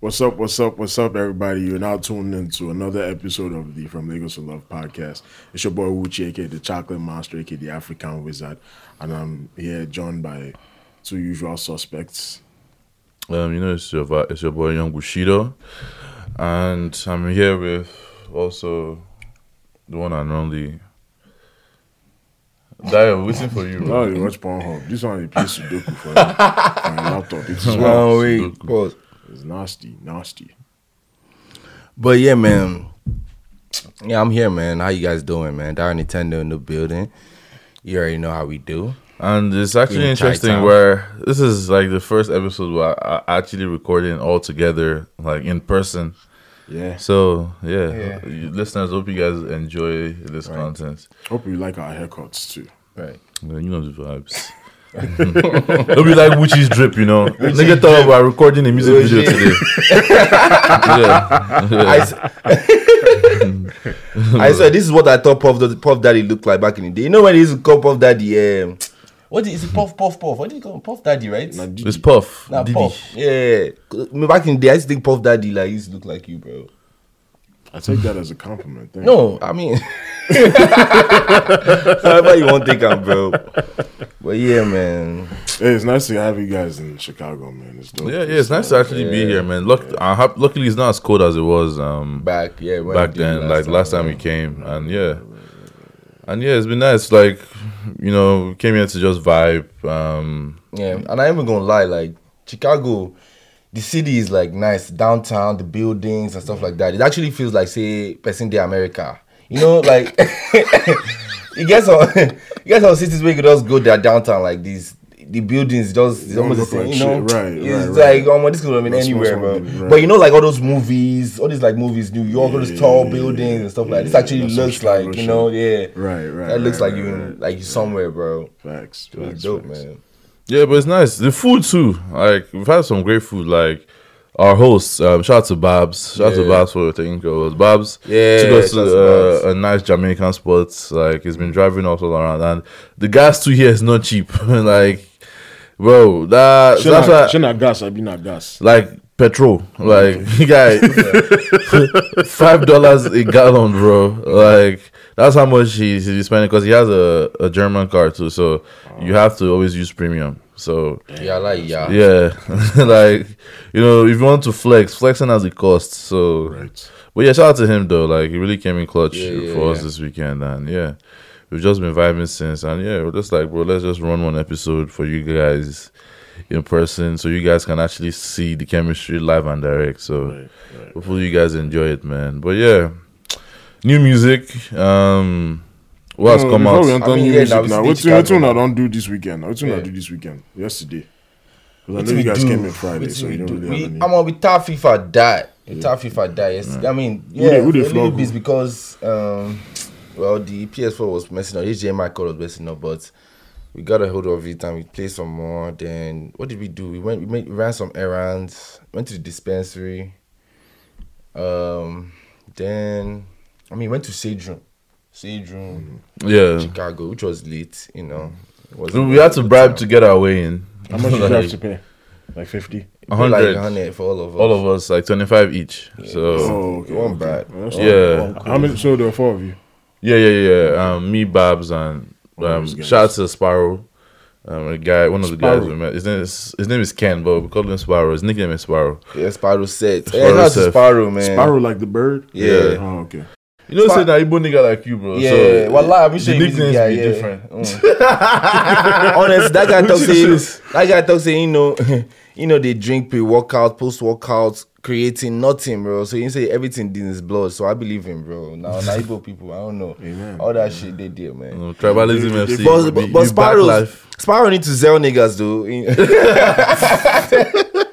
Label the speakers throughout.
Speaker 1: What's up? What's up? What's up, everybody? You're now tuned into another episode of the From Lagos to Love podcast. It's your boy Wuchi, aka the Chocolate Monster, aka the African Wizard, and I'm here joined by two usual suspects.
Speaker 2: Um, you know, it's your va- it's your boy Young Bushido, and I'm here with also the one and only. Dio, I'm waiting for you.
Speaker 1: Now you watch Pornhub. This one you play Sudoku for, for your laptop. It's, well.
Speaker 3: Oh wait,
Speaker 2: Sudoku.
Speaker 3: pause.
Speaker 1: it's nasty, nasty.
Speaker 3: But yeah, man. Yeah, I'm here, man. How you guys doing, man? Dire Nintendo in the building. You already know how we do.
Speaker 2: And it's actually
Speaker 3: Green tie
Speaker 2: interesting
Speaker 3: town.
Speaker 2: where this is like the first episode where I, I actually recording all together, like in person.
Speaker 1: Yeah.
Speaker 2: So yeah,
Speaker 3: Yeah.
Speaker 2: you- listeners, hope you guys enjoy this content.
Speaker 1: Hope you like our haircuts too.
Speaker 3: Right.
Speaker 2: Man, you know the vibes. It'll be like Wuchi's drip, you know. Nigga thought about recording a music video
Speaker 3: Wuchi.
Speaker 2: today. yeah.
Speaker 3: I,
Speaker 2: yeah.
Speaker 3: s- I said this is what I thought Puff, Dad- Puff Daddy looked like back in the day. You know when he used to call Puff Daddy um what is it Puff Puff Puff? What do you call him? Puff Daddy, right?
Speaker 1: Now,
Speaker 3: Nah,
Speaker 1: Didi,
Speaker 2: It's Puff. Didi.
Speaker 3: Puff. Yeah. 'Cause me Back in the day, I used to think Puff Daddy like used to look like you, bro.
Speaker 1: I take that as a compliment. Thank you.
Speaker 3: No, I mean, however you want to think I'm, bro. But yeah, man.
Speaker 1: Hey, it's nice to have you guys in Chicago, man. It's dope.
Speaker 2: Yeah, yeah, it's nice to actually be here, man. Luck, I hap- luckily, it's not as cold as it was um, back,
Speaker 3: Back, yeah. when I did it
Speaker 2: then, like last time
Speaker 3: yeah.
Speaker 2: we came, and yeah, and yeah, it's been nice. Like, you know, we came here to just vibe. Um,
Speaker 3: Yeah, and I ain't even gonna lie, like Chicago, the city is like nice downtown, the buildings and stuff like that. It actually feels like say person day America. You know, like you get some you get some cities where you could just go there downtown like these. The buildings just it's
Speaker 1: Don't
Speaker 3: almost the
Speaker 1: look like
Speaker 3: same, you know.
Speaker 1: shit, right,
Speaker 3: It's
Speaker 1: right, right.
Speaker 3: like almost this could have been
Speaker 1: That's
Speaker 3: anywhere,
Speaker 1: what's
Speaker 3: bro.
Speaker 1: on the- right.
Speaker 3: But you know, like all those movies, all these like movies, New York, all
Speaker 1: Yeah,
Speaker 3: those tall
Speaker 1: yeah,
Speaker 3: buildings and stuff like this.
Speaker 1: yeah,
Speaker 3: Actually,
Speaker 1: that's some
Speaker 3: looks
Speaker 1: Chicago
Speaker 3: like
Speaker 1: shit.
Speaker 3: you know, yeah,
Speaker 1: Right, right,
Speaker 3: That looks
Speaker 1: right,
Speaker 3: like you,
Speaker 1: right,
Speaker 3: in,
Speaker 1: right.
Speaker 3: like you somewhere, bro.
Speaker 1: Facts.
Speaker 3: It was
Speaker 1: facts,
Speaker 3: dope,
Speaker 1: facts.
Speaker 3: man.
Speaker 2: yeah, but it's nice. The food too. Like, we've had some great food. Like. Our host, um, shout out to Babs. Shout out to
Speaker 3: Yeah.
Speaker 2: Babs for taking care of us. Babs
Speaker 3: Yeah,
Speaker 2: took us
Speaker 3: shout out
Speaker 2: to
Speaker 3: to Babs.
Speaker 2: uh, a nice Jamaican spot. Like he's been driving us all around, and the gas too here is not cheap. like, bro, that
Speaker 1: Shana,
Speaker 2: that's why
Speaker 1: Shana gas, I be not gas.
Speaker 2: like petrol like guy five dollars a gallon bro like that's how much he, he's spending because he has a, a german car too so you have to always use premium so
Speaker 3: Yeah, I like yeah.
Speaker 2: yeah like you know if you want to flex flexing has a cost so
Speaker 1: Right.
Speaker 2: but yeah shout out to him though like he really came in clutch
Speaker 3: Yeah, yeah,
Speaker 2: for us
Speaker 3: yeah.
Speaker 2: this weekend and yeah we've just been vibing since and yeah we're just like bro let's just run one episode for you guys in person so you guys can actually see the chemistry live and direct so
Speaker 1: Right, right.
Speaker 2: hopefully you guys enjoy it man but yeah new music um what has
Speaker 1: No,
Speaker 2: come
Speaker 1: before
Speaker 2: out
Speaker 1: Oh, We enter
Speaker 3: I mean,
Speaker 1: new
Speaker 3: yeah,
Speaker 1: music
Speaker 3: that was
Speaker 1: now.
Speaker 3: the
Speaker 1: What you, what you
Speaker 3: Chicago.
Speaker 1: now don't do this weekend? What you now
Speaker 3: Yeah.
Speaker 1: do this weekend? Yesterday.
Speaker 3: What
Speaker 1: Because I
Speaker 3: do
Speaker 1: know
Speaker 3: we
Speaker 1: you guys
Speaker 3: do?
Speaker 1: came in Friday,
Speaker 3: What do
Speaker 1: so
Speaker 3: we
Speaker 1: you
Speaker 3: do?
Speaker 1: don't really
Speaker 3: We-
Speaker 1: have any.
Speaker 3: I'm on with Tar FIFA die. With Tar FIFA die. Yes. I mean,
Speaker 1: they-
Speaker 3: yeah,
Speaker 1: who they
Speaker 3: a little
Speaker 1: flog
Speaker 3: bit
Speaker 1: who?
Speaker 3: because um, well, the PS4 was messing up. HDMI cord was messing up, but we got a hold of it and we played some more. Then what did we do? We went, we, made, we ran some errands. Went to the dispensary. Um, then I mean, went to Sadrum, Sadrum,
Speaker 1: Mm.
Speaker 2: yeah
Speaker 3: Chicago, which was late. You know, It was-
Speaker 2: we had to bribe to get our way in
Speaker 1: How much did you
Speaker 2: Like,
Speaker 1: have to pay? Like 50?
Speaker 3: We paid like
Speaker 2: 100.
Speaker 3: 100 for all of us.
Speaker 2: all of us like 25 each so
Speaker 1: Oh, okay.
Speaker 3: It wasn't
Speaker 1: okay.
Speaker 3: bad.
Speaker 1: Well, that's
Speaker 2: Yeah.
Speaker 1: not bad. How many? So there were four of you.
Speaker 2: Yeah, yeah, yeah. Um, me, Bob's, and um,
Speaker 1: those guys.
Speaker 2: shout out to Sparrow, um, a guy, one of the guys
Speaker 1: Sparrow.
Speaker 2: we met. His name is his name is Ken, but we call him Sparrow. His nickname is Sparrow.
Speaker 3: Yeah, Sparrow set.
Speaker 2: Sparrow
Speaker 3: yeah, not
Speaker 2: set.
Speaker 3: to Sparrow, man.
Speaker 1: Sparrow like the bird?
Speaker 3: Yeah.
Speaker 1: Oh, okay.
Speaker 2: You know,
Speaker 3: Spar-
Speaker 2: say that Igbo nigga like you, bro.
Speaker 3: Yeah,
Speaker 2: so,
Speaker 3: wallah, I'm sure
Speaker 2: the
Speaker 3: he's
Speaker 2: nicknames
Speaker 3: guy,
Speaker 2: be
Speaker 3: yeah.
Speaker 2: different.
Speaker 3: Mm. Honest, that guy talk say that guy talk say you know, you know they drink pre workout, post workout, creating nothing, bro. So you say everything in his blood. So I believe him, bro. Now, now Igbo people, I don't know,
Speaker 1: Amen.
Speaker 3: all that shit they did, man.
Speaker 2: You know, tribalism
Speaker 1: But-
Speaker 2: FC.
Speaker 3: But,
Speaker 2: Mm. you
Speaker 3: but,
Speaker 2: be-
Speaker 3: but
Speaker 2: you back
Speaker 3: Sparrow,
Speaker 2: life.
Speaker 3: Sparrow need to sell niggas, though. Sparrow need to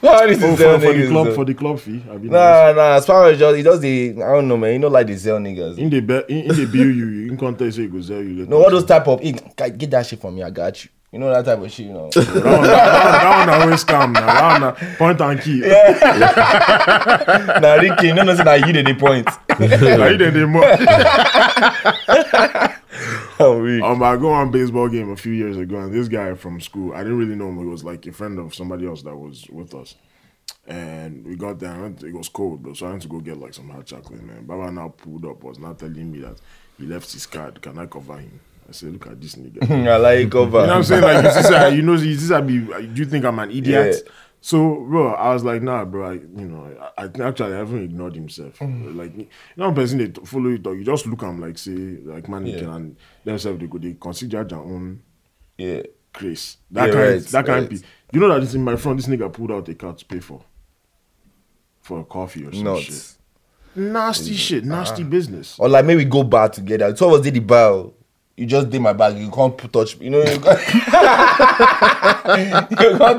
Speaker 1: Oh, for, for
Speaker 3: sell
Speaker 1: the
Speaker 3: niggas,
Speaker 1: club,
Speaker 3: though.
Speaker 1: for the club fee. I mean,
Speaker 3: Nah, nah, Sparrow just he just the I don't know man, he don't like the sell niggas.
Speaker 1: In the be- in, in the bill, you you in contact say it go sell you. later.
Speaker 3: No, all those type of "Hey, guy, get that shit from me, I got you. You know that type of shit, you know.
Speaker 1: That one- that one that one always scam now. That one na- point and key.
Speaker 3: nah, Ricky, no, no, say that you did the point.
Speaker 1: Are you there anymore?
Speaker 3: I'm weak.
Speaker 1: Um, I go on baseball game a few years ago, and this guy from school, I didn't really know him. He was like a friend of somebody else that was with us. And we got there, and I went- it was cold, bro. So I had to go get like some hot chocolate, man. Baba now pulled up, was now telling me that he left his card. Can I cover him? I said, look at this nigga. you know
Speaker 3: I like cover.
Speaker 1: what I'm saying? Like, you see, sir, you know, you see, I be, do you think I'm an idiot?
Speaker 3: Yeah.
Speaker 1: So, bro, I was like, nah, bro. I, you know, I, I think actually I haven't ignored himself. Like, you know, person they follow you talk, you just look at him like, say, like mannequin,
Speaker 3: Yeah.
Speaker 1: and themselves they go, they consider their own
Speaker 3: Yeah.
Speaker 1: Chris. That
Speaker 3: Yeah,
Speaker 1: can't
Speaker 3: right,
Speaker 1: that can't
Speaker 3: right.
Speaker 1: be. You know that this in my front, this nigga pulled out a card to pay for. For a coffee or some shit.
Speaker 3: Nuts. Ah.
Speaker 1: Nasty shit, nasty business.
Speaker 3: Or like maybe go bar together. Two of us did the bar. oh. You just did my bag. You can't put- touch. You know. You can't, you can't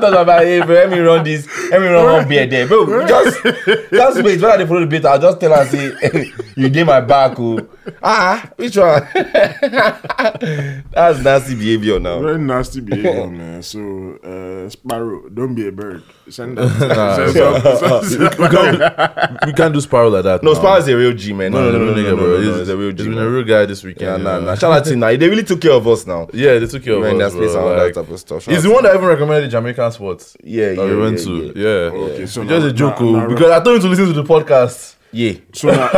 Speaker 3: touch my bag. Hey, bro, let me run this. Let me run one beer there, bro. you Just just wait. When I dey follow the beat, I'll just tell her say "Hey, you did my back. Oh, ah, which one? That's nasty behavior now.
Speaker 1: Very nasty behavior, man. So uh Sparrow, don't be a bird. Send that.
Speaker 2: Nah.
Speaker 1: send some- send some-
Speaker 2: we can't, we can't do Sparrow like that.
Speaker 3: No,
Speaker 2: now.
Speaker 3: Spa is a real G man.
Speaker 2: No, no, no, no, nigga, bro.
Speaker 3: no, no,
Speaker 2: He's-
Speaker 3: He's a real G.
Speaker 2: He's been a
Speaker 3: man.
Speaker 2: real guy this weekend.
Speaker 3: Yeah,
Speaker 2: you
Speaker 3: nah,
Speaker 2: know.
Speaker 3: nah. Shout out to him now. They really took care of us now.
Speaker 2: Yeah, they took care of
Speaker 3: We're in
Speaker 2: us,
Speaker 3: that space
Speaker 2: bro.
Speaker 3: and all that
Speaker 2: Like,
Speaker 3: type of stuff. Shout
Speaker 2: He's the
Speaker 3: out to
Speaker 2: one that even recommended the Jamaican spots.
Speaker 3: Yeah,
Speaker 2: that
Speaker 3: yeah,
Speaker 2: we went
Speaker 3: yeah,
Speaker 2: to.
Speaker 3: yeah.
Speaker 2: Yeah,
Speaker 1: Okay, so
Speaker 2: just
Speaker 1: now-
Speaker 2: a joke,
Speaker 1: now-
Speaker 2: oh,
Speaker 1: now-
Speaker 2: because I told him to listen to the podcast.
Speaker 3: Yeah.
Speaker 1: so now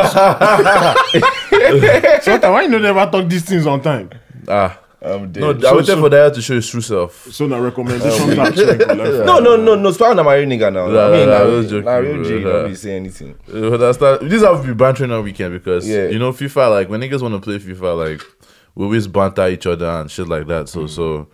Speaker 1: so now why you no never talk these things on time?
Speaker 2: Ah,
Speaker 3: I'm dead.
Speaker 2: no, I
Speaker 1: So-
Speaker 2: waited
Speaker 1: so-
Speaker 2: for Daya to show his true self.
Speaker 1: So now
Speaker 2: Um,
Speaker 1: recommendation tax make we left.
Speaker 3: No, no, no, no. Spawn and my real nigga now.
Speaker 2: Nah,
Speaker 3: I mean,
Speaker 2: nah, I
Speaker 3: nah,
Speaker 2: was
Speaker 3: nah,
Speaker 2: joking,
Speaker 3: nah, real
Speaker 2: bro,
Speaker 3: G,
Speaker 2: nah.
Speaker 3: don't be saying anything.
Speaker 2: Uh, but that's not, this have been bantering all weekend because
Speaker 3: Yeah.
Speaker 2: you know FIFA like when niggas want to play FIFA like we always banter each other and shit like that. So so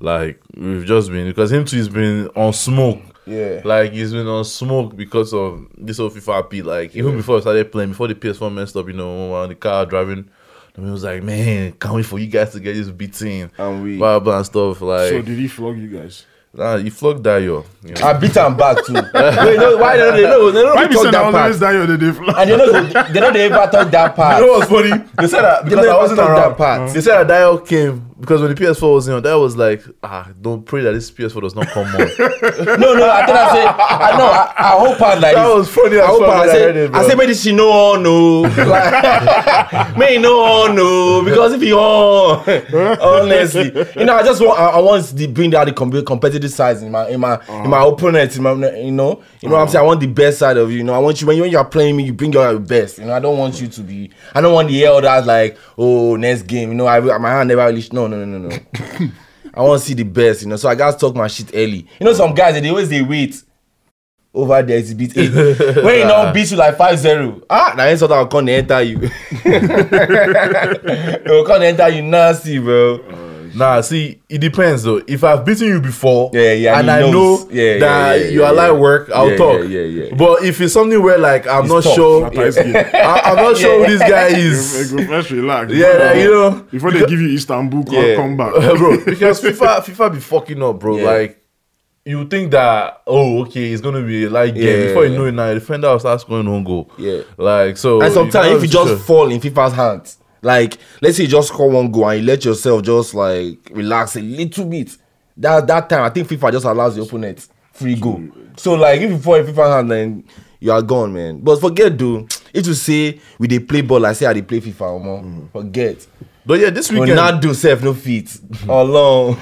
Speaker 2: like we've just been because him too has been on smoke.
Speaker 3: Yeah.
Speaker 2: like he's been on smoke because of this whole FIFA beat. Like even before I started playing, before the PS4 messed up, you know, on the car driving, I mean, it was like, man, can't wait for you guys to get this beating,
Speaker 3: And we-
Speaker 2: blah blah and stuff. Like,
Speaker 1: So did he flog you guys?
Speaker 2: nah, you flogged Dio. You know?
Speaker 3: I beat him back too. Wait, no, why don't they no, they
Speaker 1: Why
Speaker 3: don't
Speaker 1: be
Speaker 3: talk
Speaker 1: saying I
Speaker 3: that
Speaker 1: was always
Speaker 3: part?
Speaker 1: die on the day flog?
Speaker 3: And they don't, they don't ever talk that part.
Speaker 2: You know what's funny? They said that because
Speaker 3: never
Speaker 2: I wasn't
Speaker 3: talked
Speaker 2: around.
Speaker 3: that part.
Speaker 2: They said that Dial came because when the PS4 was in, Dial was like, ah, don't pray that this PS4 does not come on.
Speaker 3: No, no, I thought I said, I know, I, I hope I like.
Speaker 2: That was funny as
Speaker 3: I hope
Speaker 2: fuck
Speaker 3: I
Speaker 2: when I
Speaker 3: said,
Speaker 2: heard it,
Speaker 3: I
Speaker 2: bro.
Speaker 3: said, maybe she no on no, like, may no on no, because if you on, honestly, you know, I just want, I, I want to bring out the com- competitive sides in my, in my, in
Speaker 2: Ah.
Speaker 3: my opponent, in my, you know, you know, what I'm saying, I want the best side of you, you know, I want you when you when you are playing me, you bring your best, you know, I don't want you to be, I don't want the elders like, oh, next game, you know, I re- my hand never really, no, no, no, no, no. I want to see the best, you know. So I gotta talk my shit early. You know, some guys they always they wait over there to beat eight. when you don't beat you like 5-0. Ah, na insult I'll come dey enter you. I'll come dey enter you nasty, bro.
Speaker 2: nah, see, it depends though. If I've beaten you before,
Speaker 3: Yeah, yeah,
Speaker 2: and
Speaker 3: he
Speaker 2: I
Speaker 3: knows.
Speaker 2: know
Speaker 3: Yeah, yeah,
Speaker 2: that
Speaker 3: yeah,
Speaker 2: you
Speaker 3: yeah,
Speaker 2: are like
Speaker 3: yeah.
Speaker 2: work, I'll
Speaker 3: Yeah,
Speaker 2: talk.
Speaker 3: yeah, yeah, yeah.
Speaker 2: But if it's something where like I'm not
Speaker 3: tough.
Speaker 2: sure,
Speaker 1: That is good.
Speaker 2: I, I'm not sure
Speaker 3: Yeah.
Speaker 2: who this guy
Speaker 1: Hey,
Speaker 2: is.
Speaker 1: go first relax.
Speaker 2: Yeah, like, you know.
Speaker 1: Before they give you Istanbul, come,
Speaker 3: Yeah.
Speaker 1: come back.
Speaker 2: bro, because FIFA FIFA be fucking up, bro.
Speaker 3: Yeah.
Speaker 2: Like you think that oh okay, it's gonna be like game
Speaker 3: Yeah.
Speaker 2: before you know it now, the defender will start scoring on goal.
Speaker 3: Yeah.
Speaker 2: like so.
Speaker 3: and sometimes if you just
Speaker 2: sure.
Speaker 3: fall in FIFA's hands, like let's say you just score one goal and you let yourself just like relax a little bit. That that time I think FIFA just allows the opponent free goal. So like if you fall in FIFA hand then you are gone, man. But forget though. If you say we they play ball, I say I they play FIFA, omo. Forget.
Speaker 2: but yeah, this weekend.
Speaker 3: Ronaldo self no fit. Alone.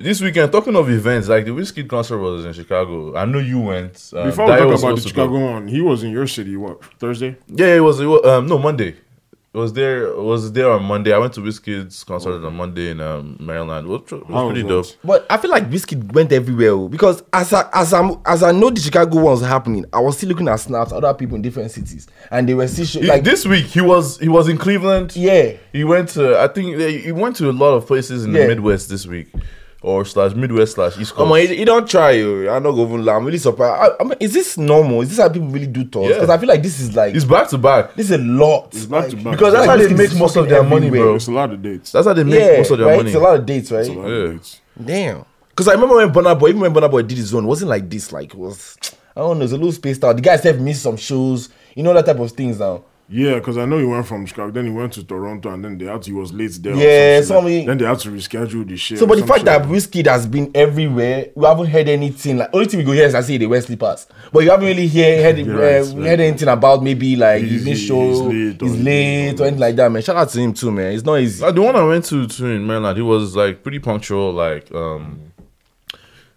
Speaker 2: this weekend, talking of events, like the Whiskey concert was in Chicago. I know you went. Um,
Speaker 1: Before
Speaker 2: Dayo
Speaker 1: we
Speaker 2: was
Speaker 1: talk about the
Speaker 2: supposed to go.
Speaker 1: Chicago one, he was in your city what Thursday?
Speaker 2: Yeah, it was, it was um, no Monday. It was there. it Was there on Monday? I went to Whiskey's concert on Monday in um, Maryland. It was, it was
Speaker 1: How was
Speaker 2: pretty
Speaker 1: that?
Speaker 2: dope.
Speaker 3: But I feel like Biscuit went everywhere oh, because as I as I as I know the Chicago one was happening, I was still looking at snaps other people in different cities, and they were still show,
Speaker 2: He-
Speaker 3: like
Speaker 2: this week, he was he was in Cleveland.
Speaker 3: yeah.
Speaker 2: He went to I think they- he went to a lot of places in
Speaker 3: Yeah. Oh,
Speaker 2: the Midwest this week, or slash Midwest slash East Coast.
Speaker 3: Come on, you, you don't try. oh. I'm not going to lie. I'm really surprised. I, I mean, is this normal? Is this how people really do tours?
Speaker 2: Yeah.
Speaker 3: Because I feel like this is like
Speaker 2: it's back to back
Speaker 3: this is a lot.
Speaker 1: It's back to back.
Speaker 2: because that's
Speaker 3: Like,
Speaker 2: how they
Speaker 3: this
Speaker 2: make
Speaker 3: is
Speaker 2: most of
Speaker 3: fucking
Speaker 2: their money,
Speaker 3: everywhere.
Speaker 2: bro.
Speaker 1: it's a lot of dates.
Speaker 2: That's how they make
Speaker 3: yeah,
Speaker 2: most of their
Speaker 3: right?
Speaker 2: money.
Speaker 3: It's a lot of dates, right?
Speaker 1: It's a lot
Speaker 2: Yeah.
Speaker 1: of dates.
Speaker 3: Damn. Because I remember when Bonner Boy, even when Bonner Boy did his own, it wasn't like this. Like it was, I don't know, it's a little spaced out. The guy said missed some shows, you know that type of things now.
Speaker 1: Yeah, because I know he went from Chicago, then he went to Toronto, and then they had to, he was late there. or some shit
Speaker 3: Yeah,
Speaker 1: like-
Speaker 3: somebody-
Speaker 1: Then they had to reschedule the shit.
Speaker 3: So,
Speaker 1: or
Speaker 3: but the
Speaker 1: some
Speaker 3: fact
Speaker 1: shit
Speaker 3: that
Speaker 1: like
Speaker 3: Whiskey has been everywhere, we haven't heard anything. Like only thing we go hear is I say they wear slippers, but you haven't really hear heard,
Speaker 1: You're
Speaker 3: uh,
Speaker 1: right, right.
Speaker 3: heard anything about maybe like
Speaker 1: He's-
Speaker 3: he's,
Speaker 1: he's
Speaker 3: show, he's
Speaker 1: late
Speaker 3: late,
Speaker 1: or
Speaker 3: or,
Speaker 1: he's doing
Speaker 3: anything like that, man. Shout out to him too, man. It's not easy.
Speaker 2: Uh, the one I went to to in Maryland, he was like pretty punctual. Like um,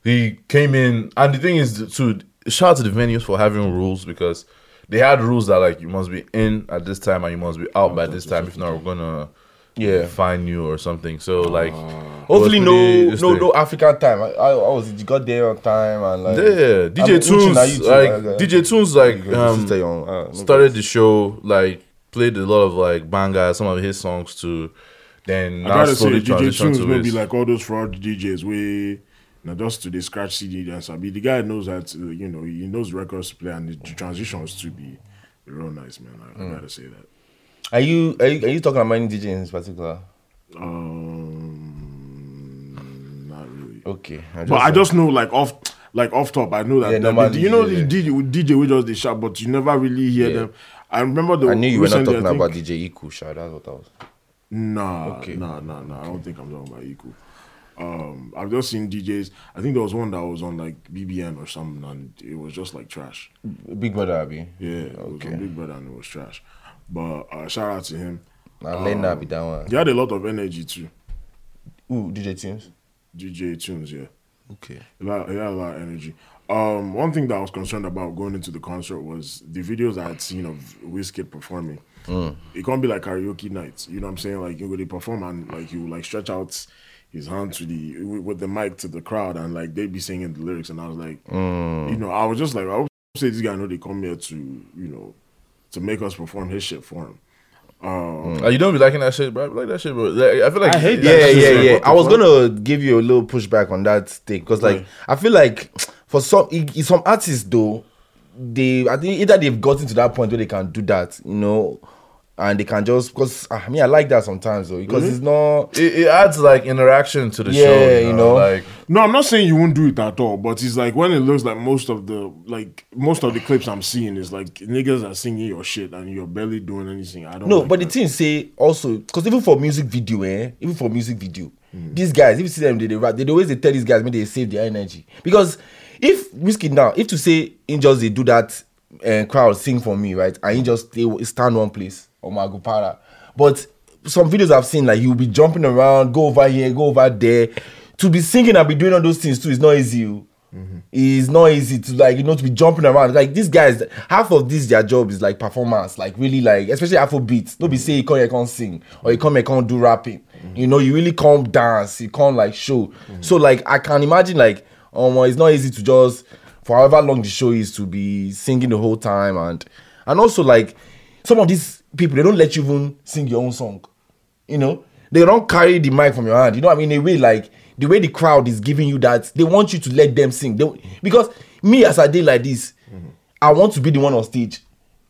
Speaker 2: he came in, and the thing is, too, shout out to the venues for having rules because they had rules that like you must be in at this time and you must be out by this time. If not, we're gonna
Speaker 3: Yeah.
Speaker 2: fine you or something. So like,
Speaker 3: Hopefully,
Speaker 2: it was
Speaker 3: no,
Speaker 2: pretty
Speaker 3: no,
Speaker 2: interesting.
Speaker 3: no African time. I, I, I was you got there on time and like
Speaker 2: Yeah,
Speaker 3: I'm
Speaker 2: DJ
Speaker 3: itching
Speaker 2: Tunes,
Speaker 3: at you too,
Speaker 2: like
Speaker 3: uh,
Speaker 2: DJ Tunes, like
Speaker 3: your
Speaker 2: um,
Speaker 3: sister, young, uh, no
Speaker 2: started the show, like played a lot of like bangers, some of his songs too. Then
Speaker 1: I
Speaker 2: now
Speaker 1: gotta say,
Speaker 2: slowly
Speaker 1: DJ
Speaker 2: transition
Speaker 1: Tunes
Speaker 2: to
Speaker 1: will be
Speaker 2: his.
Speaker 1: like all those fraud DJs way. Now just to the scratch CD dance. I mean, the guy knows that uh, you know he knows records to play and the transitions to be real nice, man. I,
Speaker 3: Mm.
Speaker 1: I gotta say that.
Speaker 3: Are you are you are you talking about any DJ in particular?
Speaker 1: Um, not really.
Speaker 3: Okay,
Speaker 1: But I just know like off like off top, I know that
Speaker 3: Yeah,
Speaker 1: that
Speaker 3: normal
Speaker 1: they- you know
Speaker 3: DJ,
Speaker 1: the DJ DJ we just they shout, but you never really hear
Speaker 3: Yeah.
Speaker 1: them. I remember the
Speaker 3: I knew you were not
Speaker 1: recently, I
Speaker 3: talking
Speaker 1: think-
Speaker 3: about DJ Iku. Sha, that's what I was.
Speaker 1: Nah,
Speaker 3: Okay.
Speaker 1: nah, nah, nah. I don't think I'm talking about Equal. Um, I've just seen DJs. I think there was one that was on like BBN or something, and it was just like trash.
Speaker 3: Big Brother Abi.
Speaker 1: Yeah, it was
Speaker 3: Okay.
Speaker 1: on Big Brother and it was trash. But uh, shout out to him.
Speaker 3: Now
Speaker 1: Um,
Speaker 3: Lena be that one.
Speaker 1: He had a lot of energy too.
Speaker 3: Ooh, DJ Tunes.
Speaker 1: DJ Tunes, yeah.
Speaker 3: Okay.
Speaker 1: He had, he had a lot of energy. Um, one thing that I was concerned about going into the concert was the videos I had seen of Wizkid performing. It can't be like karaoke nights. You know what I'm saying? Like you go to perform and like you like stretch out his hand to the with the mic to the crowd and like they'd be singing the lyrics and I was like, you know, I was just like, I hope say this guy know they come here to you know to make us perform his shit for him.
Speaker 2: Uh, you don't be liking that shit, bro. I be like that shit, bro. Like, I feel like
Speaker 1: I hate that
Speaker 3: Yeah,
Speaker 1: shit.
Speaker 3: yeah,
Speaker 1: Like,
Speaker 3: yeah.
Speaker 1: what the
Speaker 3: I was
Speaker 1: fuck?
Speaker 3: gonna give you a little pushback on that thing because, like,
Speaker 1: Yeah.
Speaker 3: I feel like for some i- some artists though, they I think either they've gotten to that point where they can do that, you know, and they can just because I mean I like that sometimes though because
Speaker 1: Mm-hmm.
Speaker 3: it's not.
Speaker 2: It, it adds like interaction to the
Speaker 3: Yeah,
Speaker 2: show.
Speaker 3: you
Speaker 2: You know,
Speaker 3: know.
Speaker 2: like
Speaker 1: No, I'm not saying you won't do it at all, but it's like when it looks like most of the like most of the clips I'm seeing is like niggas are singing your shit and you're barely doing anything. I don't
Speaker 3: No,
Speaker 1: like
Speaker 3: but the
Speaker 1: that.
Speaker 3: thing say also because even for music video, eh, even for music video, these guys, if you see them, they, they rap, they, they always they tell these guys, maybe they save their energy because if whiskey now, if to say in just they do that uh, crowd sing for me, right, and he just they will stand one place or Magupara, but some videos I've seen like he'll be jumping around, go over here, go over there, to be singing and be doing all those things too is not easy. oh. It's not easy to like you know to be jumping around. Like these guys, half of this their job is like performance, like really like especially Afro beats. Nobody say you come here can't sing or you come here can't do rapping. You know, you really can't dance, you can't like show. So like I can imagine like um it's not easy to just for however long the show is to be singing the whole time and and also like some of these people they don't let you even sing your own song you know they don't carry the mic from your hand you know what i mean in a way like the way the crowd is giving you that they want you to let them sing they, because me as i did like this i want to be the one on stage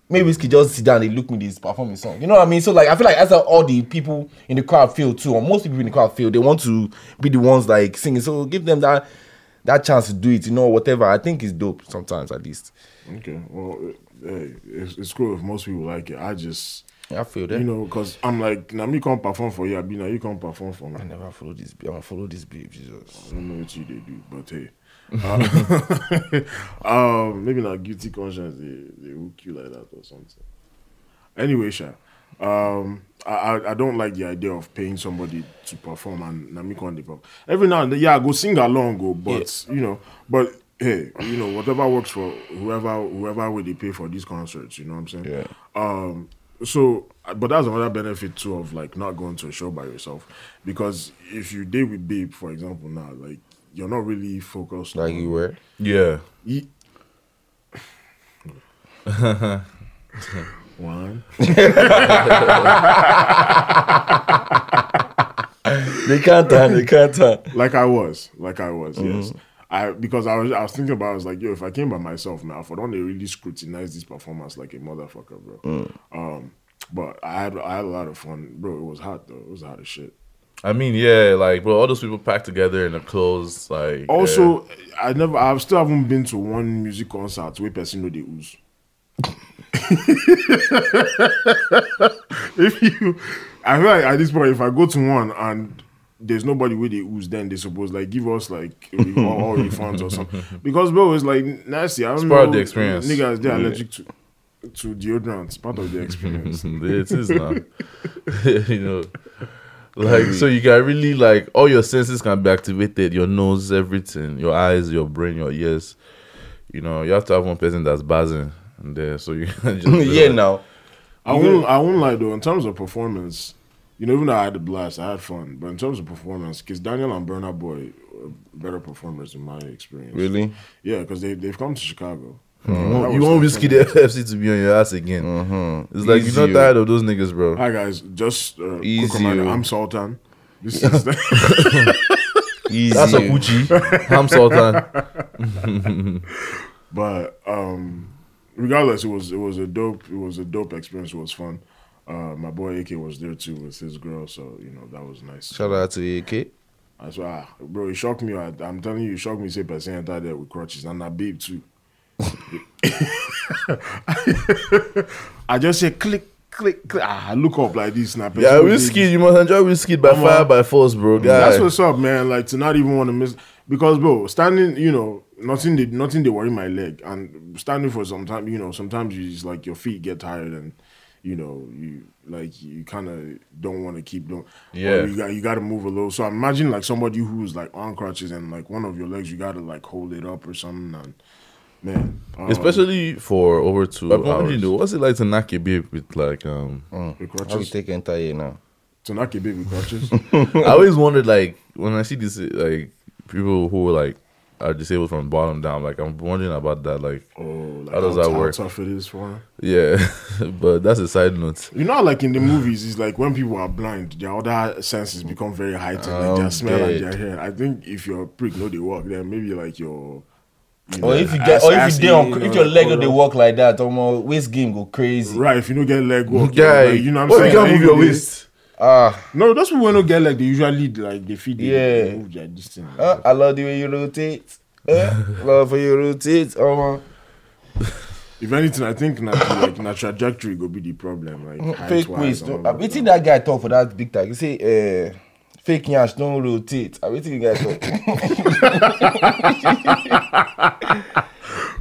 Speaker 3: maybe whiskey just sit down they look me this perform his song you know what i mean so like i feel like that's how all the people in the crowd feel too or most people in the crowd feel they want to be the ones like singing so give them that that chance to do it you know whatever i think is dope sometimes at least
Speaker 1: Okay, well, uh, hey, it's, it's cool if most people like it. I just
Speaker 3: i feel that
Speaker 1: you know because I'm like now me can't perform for you. I be now you can't perform for me.
Speaker 3: i never follow this i'm gonna follow this babe jesus
Speaker 1: I don't know what you they do, but hey. Uh, um, maybe not guilty conscience. They, they hook you like that or something. Anyway, Sha, um, I, I I don't like the idea of paying somebody to perform and Namikon they perform. Every now and then, yeah, I go sing along, go, but you know, but hey, you know, whatever works for whoever whoever way they pay for these concerts, you know what I'm saying?
Speaker 3: Yeah.
Speaker 1: Um, so, but that's another benefit too of like not going to a show by yourself, because if you date with Babe, for example, now like you're not really focused.
Speaker 3: like you were
Speaker 2: yeah,
Speaker 1: Ye- One.
Speaker 3: they can't turn they can't turn
Speaker 1: like I was, like I was, yes. I because I was I was thinking about I was like, yo, if I came by myself now, if I don't they really scrutinize this performance like a motherfucker, bro. Um, but I had I had a lot of fun, bro. It was hot though. It was hot as shit.
Speaker 2: I mean, yeah, like bro, all those people packed together in the clothes, like yeah.
Speaker 1: Also, I never, I still haven't been to one music concert where person know they ooze. if you, I feel like at this point, if I go to one and there's nobody with the ooze, then they suppose like give us like re- all, all refunds or something. Because bro, it's like nasty. I don't
Speaker 2: It's part
Speaker 1: know,
Speaker 2: of the experience.
Speaker 1: Niggas, they're allergic to to deodorant. It's part of the experience.
Speaker 2: it is now. you know, like so you can really like all your senses can be activated. Your nose, everything, your eyes, your brain, your ears. you know, you have to have one person that's buzzing in there, so you can just
Speaker 3: yeah, now.
Speaker 1: I won't. I won't lie though. In terms of performance, you know, even though I had a blast, I had fun. But in terms of performance, because Daniel and Burna Boy are better performers in my experience.
Speaker 3: Really? Hmm.
Speaker 1: Yeah, because they they've come to Chicago.
Speaker 2: You
Speaker 1: That
Speaker 2: want, you
Speaker 1: was
Speaker 2: want
Speaker 1: my
Speaker 2: Whiskey the
Speaker 1: favorite.
Speaker 2: FC to be on your ass again. It's like you're
Speaker 3: Uh-huh. Mm-hmm. Easy, oh.
Speaker 2: not tired of those niggas, bro.
Speaker 1: Hi guys, just uh, quick
Speaker 3: Easy,
Speaker 1: reminder.
Speaker 3: yo.
Speaker 1: I'm Sultan. This is the,
Speaker 3: Easy.
Speaker 2: That's a Gucci. I'm Sultan.
Speaker 1: but um, regardless, it was it was a dope it was a dope experience. It was fun. Uh, my boy AK was there too with his girl, so you know that was nice.
Speaker 3: Shout out to AK.
Speaker 1: I swear, ah, bro, it shocked me. I, I'm telling you, it shocked me. Say person entered there with crutches and I babe too. I just say click, click, click. Ah, I look up like this. Now, person
Speaker 2: Yeah,
Speaker 1: with
Speaker 2: Whiskey,
Speaker 1: baby.
Speaker 2: you must enjoy Whiskey by
Speaker 1: Come on.
Speaker 2: fire, by force, bro. Guy.
Speaker 1: That's what's up, man. Like to not even want to miss because, bro, standing, you know, nothing did nothing they worry my leg and standing for some time, you know, sometimes you just like your feet get tired and you know you like you kind of don't want to keep doing.
Speaker 2: Yeah.
Speaker 1: or you got you got to move a little. So imagine like somebody who's like on crutches and like one of your legs you got to like hold it up or something. And man, um,
Speaker 2: Especially for over two
Speaker 3: But what would you
Speaker 2: hours.
Speaker 3: do?
Speaker 2: What's it like to knock a babe with like um?
Speaker 1: with
Speaker 3: Mm. How you
Speaker 1: crutches
Speaker 3: take enter here now?
Speaker 1: to knock a baby crutches.
Speaker 2: I always wondered like when I see this like people who like are disabled from bottom down. Like I'm wondering about that. Like
Speaker 1: oh, like
Speaker 2: How does that
Speaker 1: how
Speaker 2: work?
Speaker 1: Tough it is for. 'em.
Speaker 2: yeah, but that's a side note.
Speaker 1: You know, like in the movies, it's like when people are blind, their other senses become very heightened, like
Speaker 3: I'm
Speaker 1: their smell
Speaker 3: Oh, dead.
Speaker 1: and their hair. I think if you're a prick, no, they walk, then maybe like your. You
Speaker 3: Or if you
Speaker 1: ass-
Speaker 3: get, or if
Speaker 1: ass
Speaker 3: you dey on,
Speaker 1: eating,
Speaker 3: if
Speaker 1: know,
Speaker 3: your leg no
Speaker 1: or-
Speaker 3: dey work like that, omo, waist game go crazy.
Speaker 1: Right, if you don't get leg work,
Speaker 2: Guy,
Speaker 1: like, you know what
Speaker 2: what
Speaker 1: I'm
Speaker 2: if
Speaker 1: saying.
Speaker 2: you can't
Speaker 1: Like,
Speaker 2: move
Speaker 1: you
Speaker 2: your
Speaker 1: dey-
Speaker 2: waist?
Speaker 3: Ah,
Speaker 1: No, those people who don't get leg, they usually like they feed. They
Speaker 3: Yeah.
Speaker 1: move their distance.
Speaker 3: ah, I love the way you rotate. Ah, love for you rotate, Oh, omo.
Speaker 1: If anything, I think nat- like na trajectory go be the problem. Like
Speaker 3: Fake
Speaker 1: height-wise
Speaker 3: waist.
Speaker 1: and all
Speaker 3: no?
Speaker 1: of
Speaker 3: I wetin that guy talk for that big tag. He say, eh, fake yansh don't rotate. I wetin the guy talk.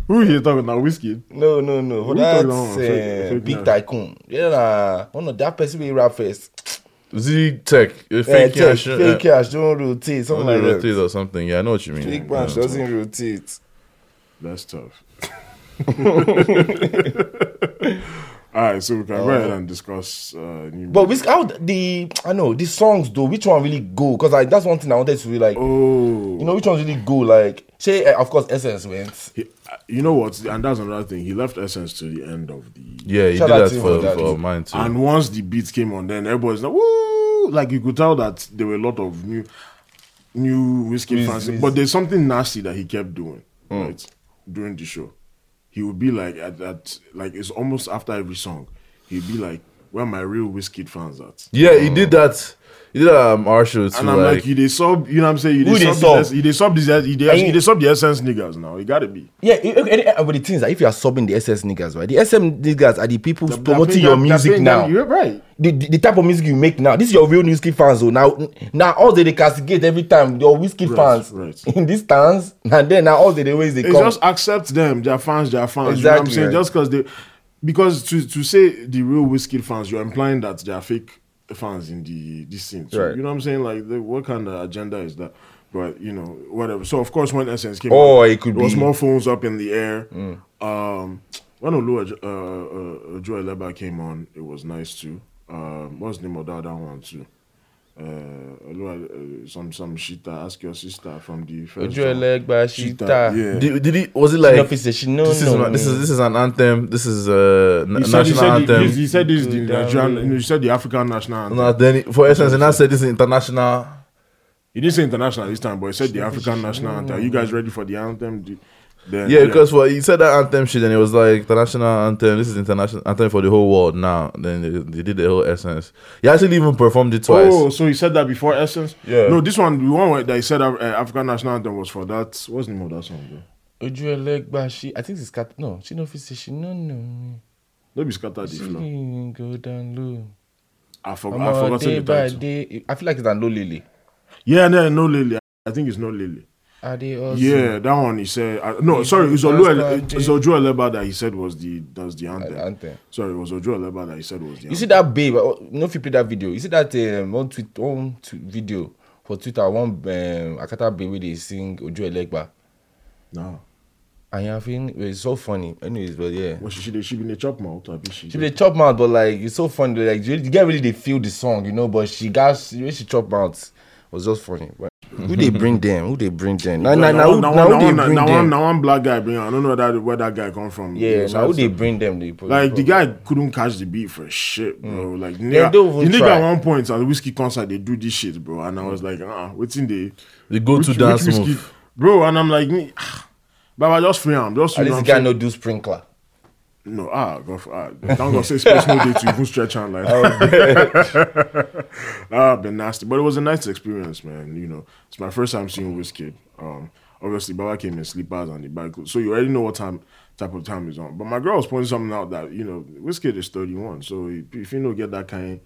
Speaker 1: Who you talking about? Whiskey.
Speaker 3: no, no, no.
Speaker 1: Who
Speaker 3: For that
Speaker 1: talk that one? Fake-
Speaker 3: uh,
Speaker 1: fake
Speaker 3: big
Speaker 1: nyash.
Speaker 3: tycoon. Yeah, nah. One of that person wey rap first.
Speaker 2: Z Tech, uh,
Speaker 3: Fake,
Speaker 2: fake
Speaker 3: eh, cash,
Speaker 2: cash,
Speaker 3: fake cash don't rotate. Something like that.
Speaker 2: rotate or something. Yeah, I know what you mean.
Speaker 3: Big branch
Speaker 2: Yeah.
Speaker 3: doesn't rotate.
Speaker 1: That's tough. All right, so we can go ahead and discuss. Uh, new
Speaker 3: But which out the I know the songs though, which one really go? Cause like that's one thing I wanted to be like,
Speaker 1: Oh,
Speaker 3: you know, which ones really go? Like, say eh, of course Essence went.
Speaker 1: He, uh, you know what? And that's another thing. He left Essence to the end of the.
Speaker 2: Yeah, he
Speaker 3: Shout
Speaker 2: did
Speaker 3: out
Speaker 2: that
Speaker 3: to him
Speaker 2: for,
Speaker 3: for that.
Speaker 2: for mine too.
Speaker 1: And once the beat came on, then everybody's like, "Woo!" Like you could tell that there were a lot of new, new whiskey
Speaker 3: Whiz-
Speaker 1: fans.
Speaker 3: whiz.
Speaker 1: But there's something nasty that he kept doing
Speaker 3: Hmm.
Speaker 1: right during the show. He would be like at that, like it's almost after every song. He'd be like, "Where my real whiskey fans at?"
Speaker 2: yeah, he did that. He did that um, our show too.
Speaker 1: And I'm like,
Speaker 2: like
Speaker 1: you they sub, you know what I'm saying? You
Speaker 3: Who
Speaker 1: they
Speaker 3: they
Speaker 1: sub,
Speaker 3: sub?
Speaker 1: The, ess- you they sub, the, you
Speaker 3: And
Speaker 1: they,
Speaker 3: you-
Speaker 1: you they sub the essence niggas now. You gotta be.
Speaker 3: Yeah, eh, eh, eh, eh, but the thing is that if you are subbing the SS niggas, right? The SM niggas are the people
Speaker 1: They're- they're
Speaker 3: promoting
Speaker 1: paying
Speaker 3: your
Speaker 1: them- they're
Speaker 3: music
Speaker 1: paying them-
Speaker 3: now.
Speaker 1: You're right.
Speaker 3: The, the, the type of music you make now. This is your real Whiskey fans though. Now now all they, they castigate every time your Whiskey
Speaker 1: Right,
Speaker 3: fans
Speaker 1: right.
Speaker 3: in this stance and then now all they, they ways they
Speaker 1: It's
Speaker 3: come.
Speaker 1: just accept them. Their fans, their fans.
Speaker 3: Exactly,
Speaker 1: You know what I'm saying?
Speaker 3: right.
Speaker 1: Just because they, because to to say the real whiskey fans, you're implying that they are fake fans in the this scene. So,
Speaker 3: Right.
Speaker 1: You know what I'm saying? Like, the, what kind of agenda is that? But you know, whatever. So of course, when Essence came, out,
Speaker 3: Or Oh, it could
Speaker 1: there was
Speaker 3: be- Mm.
Speaker 1: more phones up in the air. Um, when Olua, uh, uh, Joy Leba came on, it was nice too. Um, what's the name of that, that one too? Uh, Olua, uh, some some shita. Ask your sister from the first.
Speaker 3: Ojú
Speaker 1: song.
Speaker 3: ẹlẹ́gbà ṣíta.
Speaker 1: yeah.
Speaker 2: did, did he? Was it
Speaker 3: She
Speaker 2: like?
Speaker 3: no fit say she no
Speaker 2: this is
Speaker 3: know
Speaker 2: my- this
Speaker 3: me.
Speaker 2: is this is an anthem. This is a na-
Speaker 1: He said, he
Speaker 2: national
Speaker 1: said, the,
Speaker 2: anthem.
Speaker 1: he, he said this is the
Speaker 3: Good damn
Speaker 1: Nigerian,
Speaker 3: way.
Speaker 1: he said the African national anthem.
Speaker 2: No, then he- for essence, and I said this is international.
Speaker 1: He didn't say international this time, but he said the African national anthem. Are you guys ready for the anthem? The- then-
Speaker 2: Yeah, because for he said that anthem shit, and it was like international anthem. This is international anthem for the whole world now. Then they, they did the whole essence. He actually even performed it twice.
Speaker 1: Oh, so he said that before Essence?
Speaker 2: Yeah.
Speaker 1: No, this one, the one where- that he said uh, African national anthem was for that. What's the name of that song? Bro?
Speaker 3: ojú ẹlẹgbà ṣí i think it's cat no she no fit say she no know me
Speaker 1: Don't be scattered the
Speaker 3: she
Speaker 1: floor.
Speaker 3: been go down low
Speaker 1: I, for, I
Speaker 3: omo
Speaker 1: forgot
Speaker 3: day
Speaker 1: the
Speaker 3: by
Speaker 1: title.
Speaker 3: day i feel like it's an olele
Speaker 1: Yeah, no, no, Lily. I think it's no Lily.
Speaker 3: i dey hustle
Speaker 1: Yeah, that one he said. I, no,
Speaker 3: If
Speaker 1: sorry,
Speaker 3: you
Speaker 1: it's
Speaker 3: just
Speaker 1: Olu-
Speaker 3: can't
Speaker 1: it's
Speaker 3: take-
Speaker 1: Ojo Eleba that he said was the that's the
Speaker 3: An-
Speaker 1: anthem.
Speaker 3: anthem
Speaker 1: Sorry, it was Ojo Eleba that he said was the
Speaker 3: you
Speaker 1: anthem.
Speaker 3: see that babe uh, you know if you play that video you see that um, one tweet one t- video for twitter one um, akata babe wey dey sing ojú ẹlẹgbà
Speaker 1: No.
Speaker 3: I have been. It's so funny. Anyways, but yeah.
Speaker 1: Well, she should she been a chop mouth, I she.
Speaker 3: She be the chop mouth, but like it's so funny. though, Like you, you get really they feel the song, you know. But she got the way she chop mouth was just funny. But who they bring them? Who they bring them? Now,
Speaker 1: non,
Speaker 3: now, now, who- now who they bring
Speaker 1: now one,
Speaker 3: them?
Speaker 1: now one non, black guy bring. I don't know where that where that guy come from.
Speaker 3: Yeah,
Speaker 1: so
Speaker 3: now who
Speaker 1: that's-
Speaker 3: they bring them? They
Speaker 1: Like the guy couldn't catch the beat for shit, bro. Like the nigga,
Speaker 3: don't
Speaker 1: the
Speaker 3: even
Speaker 1: nigga
Speaker 3: try.
Speaker 1: at one point at the whiskey concert they do this shit, bro. And I was like, ah, uh, what's in the
Speaker 2: The go-to dance
Speaker 1: whiskey?
Speaker 2: move.
Speaker 1: bro? And I'm like, me, ah, Baba, just free him, just free
Speaker 3: At least the
Speaker 1: him.
Speaker 3: guy no do sprinkler.
Speaker 1: no, ah, God, for- ah, thank God, say space no day to even stretch out like Ah, been nasty, but it was a nice experience, man. You know, it's my first time seeing Wizkid. Um, obviously, Baba came in sleepers and the back, so you already know what time type of time is on. But my girl was pointing something out that you know, Wizkid is thirty one, so if if you don't get that kind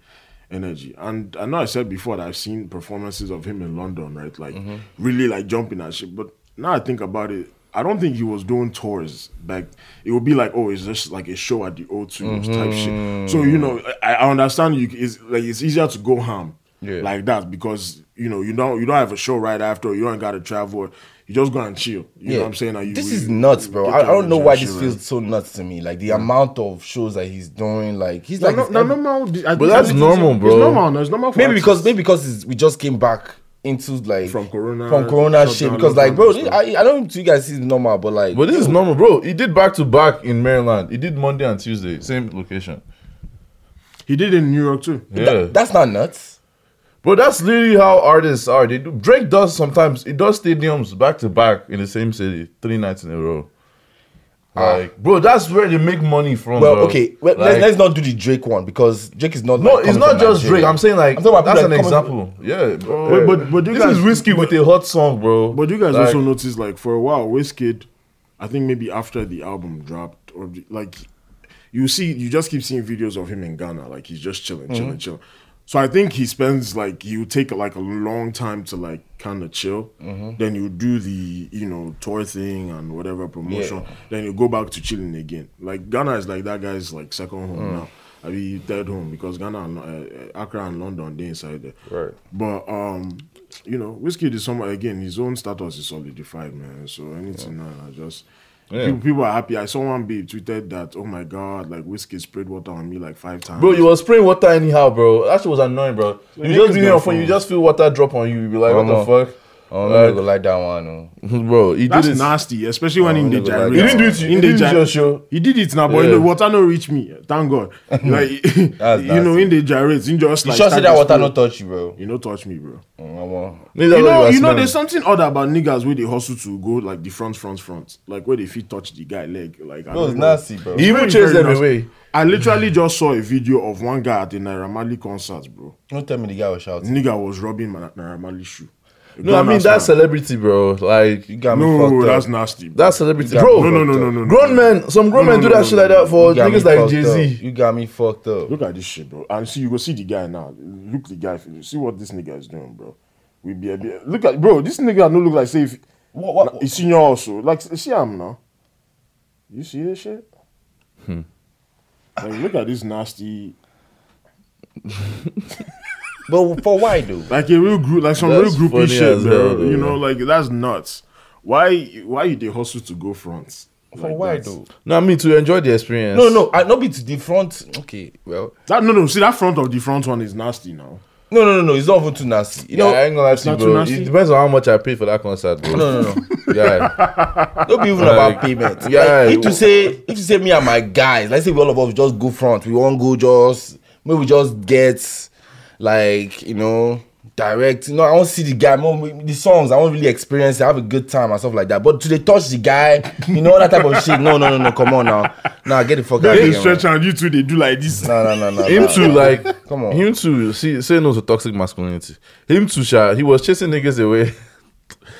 Speaker 1: energy, and I know I said before that I've seen performances of him in London, right? Like really like jumping at shit. But now I think about it. I don't think he was doing tours back. It would be like, oh, it's just like a show at the O2 type shit. So you know, I, I understand you. It's like it's easier to go ham
Speaker 3: Yeah.
Speaker 1: like that because you know you don't you don't have a show right after you don't gotta travel you just go and chill you know what i'm saying And you-
Speaker 3: this
Speaker 1: you-
Speaker 3: is nuts, bro.
Speaker 1: get
Speaker 3: I, I
Speaker 1: your
Speaker 3: don't know
Speaker 1: energy
Speaker 3: why
Speaker 1: and
Speaker 3: this
Speaker 1: shit,
Speaker 3: feels so nuts to me. Like the amount of shows that he's doing, like he's
Speaker 1: right?
Speaker 3: like
Speaker 1: no,
Speaker 3: his
Speaker 1: no,
Speaker 3: every-
Speaker 1: no, normal I think
Speaker 2: that's
Speaker 1: it's-
Speaker 2: normal,
Speaker 1: it's,
Speaker 2: bro.
Speaker 1: it's normal no, it's normal for
Speaker 3: maybe
Speaker 1: artists.
Speaker 3: because maybe because it's, we just came back into like
Speaker 1: From corona,
Speaker 3: from corona shit
Speaker 1: shutdown,
Speaker 3: because like bro
Speaker 1: lockdown and
Speaker 3: I, I don't know if you guys see it's normal but like
Speaker 2: But this is normal, bro. He did back to back in Maryland. He did Monday and Tuesday, same location.
Speaker 1: he did in new york too
Speaker 2: Yeah.
Speaker 3: tha- that's not nuts
Speaker 2: But that's literally how artists are. They do Drake does sometimes he does stadiums back to back in the same city, three nights in a row. Like, bro, that's where they make money from.
Speaker 3: Ah. well
Speaker 2: bro.
Speaker 3: okay well,
Speaker 2: Like-
Speaker 3: let's, let's not do the Drake one because Drake is not
Speaker 2: no,
Speaker 3: like,
Speaker 2: it's
Speaker 3: coming
Speaker 2: not
Speaker 3: from
Speaker 2: just
Speaker 3: Nigeria.
Speaker 2: Drake. I'm saying like
Speaker 3: I'm talking about
Speaker 2: that's an
Speaker 3: people that
Speaker 2: example. Yeah, bro.
Speaker 1: But- but- but you
Speaker 2: this
Speaker 1: guys-
Speaker 2: is whiskey with a hot song, bro.
Speaker 1: but you guys
Speaker 2: Like,
Speaker 1: also noticed like for a while Wizkid i think maybe after the album dropped or the- like you see you just keep seeing videos of him in ghana like he's just chilling chilling chilling so i think he spends like he would take like a long time to like kind of chill then you do the you know tour thing and whatever promotion then you go back to chilling again like ghana is like that guy's like second home now I mean, third home because Ghana, and, uh, uh, Accra, and London, they inside there.
Speaker 2: Right.
Speaker 1: But um, you know, whiskey is somewhere again. His own status is solidified, man. So anything now, I just
Speaker 2: Yeah.
Speaker 1: people, people are happy. I saw one babe tweeted that, "Oh my god, like whiskey sprayed water on me like five times."
Speaker 2: Bro, you were spraying water anyhow, bro. That shit was annoying, bro. You
Speaker 1: niggas
Speaker 2: just doing it on
Speaker 1: got
Speaker 2: phone, you
Speaker 1: phones.
Speaker 2: just feel water drop on you. You be like,
Speaker 3: Omo.
Speaker 2: what the
Speaker 3: oh,
Speaker 2: Like-
Speaker 3: I'm gonna like that one oh.
Speaker 2: fuck, bro? He
Speaker 1: That's
Speaker 2: did it.
Speaker 1: nasty, especially when in the
Speaker 3: never
Speaker 1: gyrate.
Speaker 3: liked
Speaker 2: He didn't do it. to you. He
Speaker 1: In
Speaker 2: did
Speaker 1: the
Speaker 2: it to
Speaker 1: gy-
Speaker 2: your show.
Speaker 1: He did it now, but
Speaker 2: Yeah.
Speaker 1: the water no reach me. Thank God. Like you know,
Speaker 3: nasty.
Speaker 1: in the gyrate, he just
Speaker 3: you
Speaker 1: like
Speaker 3: sure say
Speaker 1: start
Speaker 3: that
Speaker 1: to
Speaker 3: water
Speaker 1: spray.
Speaker 3: no touch you bro
Speaker 1: You know, touch me, bro.
Speaker 3: Oh, Omo.
Speaker 1: You know, you know, there's something other about niggas where they hustle to go like the front, front, front, like where they feet touch the guy leg. Like, I
Speaker 3: That was
Speaker 1: don't know.
Speaker 3: nasty bro
Speaker 2: He even
Speaker 1: Very,
Speaker 2: chased
Speaker 1: very
Speaker 2: them
Speaker 1: nasty.
Speaker 2: away.
Speaker 1: I literally just saw a video of one guy at the Naira Marley concert, bro.
Speaker 3: don't tell me the guy was shouting
Speaker 1: Nigga was rubbing my Naira Marley shoe.
Speaker 2: No, I mean that's celebrity, bro. Like
Speaker 3: you got me
Speaker 1: no,
Speaker 3: fucked
Speaker 1: that's
Speaker 3: up
Speaker 1: nasty. Bro.
Speaker 2: that's celebrity,
Speaker 3: got-
Speaker 2: bro.
Speaker 1: no, no, no, no, no, no.
Speaker 2: Grown men, some grown
Speaker 1: No,
Speaker 2: men
Speaker 1: no,
Speaker 2: do that
Speaker 1: no,
Speaker 2: shit
Speaker 1: no,
Speaker 2: like that for
Speaker 3: You got me
Speaker 2: niggas Oh, like
Speaker 3: fucked
Speaker 2: Jay
Speaker 3: up.
Speaker 2: Z.
Speaker 3: you got me fucked up
Speaker 1: Look at this shit, bro. And see, you go see the guy now. Look the guy. See what this nigga is doing, bro. We be a bit. Look at bro. This nigga no look like say if
Speaker 3: what what
Speaker 1: he's senior also. Like see him now. You see this shit?
Speaker 2: Hmm.
Speaker 1: Like look at this nasty.
Speaker 3: but for why though
Speaker 1: Like a real group, like some
Speaker 2: That's
Speaker 1: real groupy
Speaker 2: funny
Speaker 1: shit,
Speaker 2: as
Speaker 1: bro.
Speaker 2: hell, though.
Speaker 1: you know, like that's nuts. Why? Why you they hustle to go front?
Speaker 3: for
Speaker 1: Like,
Speaker 3: why
Speaker 1: that's-
Speaker 3: though
Speaker 2: No, I mean to enjoy the experience.
Speaker 3: no no I not be to the front okay well
Speaker 1: That no no. See that front of the front one is nasty now.
Speaker 3: No, no, no, no. It's not even too nasty. You
Speaker 2: Yeah, I
Speaker 3: know,
Speaker 2: ain't gonna lie to you,
Speaker 1: not too
Speaker 2: bro.
Speaker 1: nasty?
Speaker 2: It depends on how much I pay for that concert, bro.
Speaker 3: no, no, no.
Speaker 2: Yeah,
Speaker 3: Don't be even
Speaker 2: Like,
Speaker 3: about payment.
Speaker 2: yeah.
Speaker 3: Yeah. Like, if you say, if you say me and my guys, let's say we all of us just go front. We won't go just. Maybe we just get, like you know, direct. You know, I want to see the guy. I want- the songs. I want to really experience. it, Have a good time and stuff like that. But to they touch the guy, you know, all that type of shit. No, no, no, no. Come on now. Nah, get the fuck out of
Speaker 1: They
Speaker 3: here. man.
Speaker 1: stretch and you two they do like this.
Speaker 3: No, no, no, no.
Speaker 2: him
Speaker 3: no.
Speaker 2: too. Like,
Speaker 3: Come on.
Speaker 2: him too. See, say no to toxic masculinity. Him too, sha. He was chasing niggas away.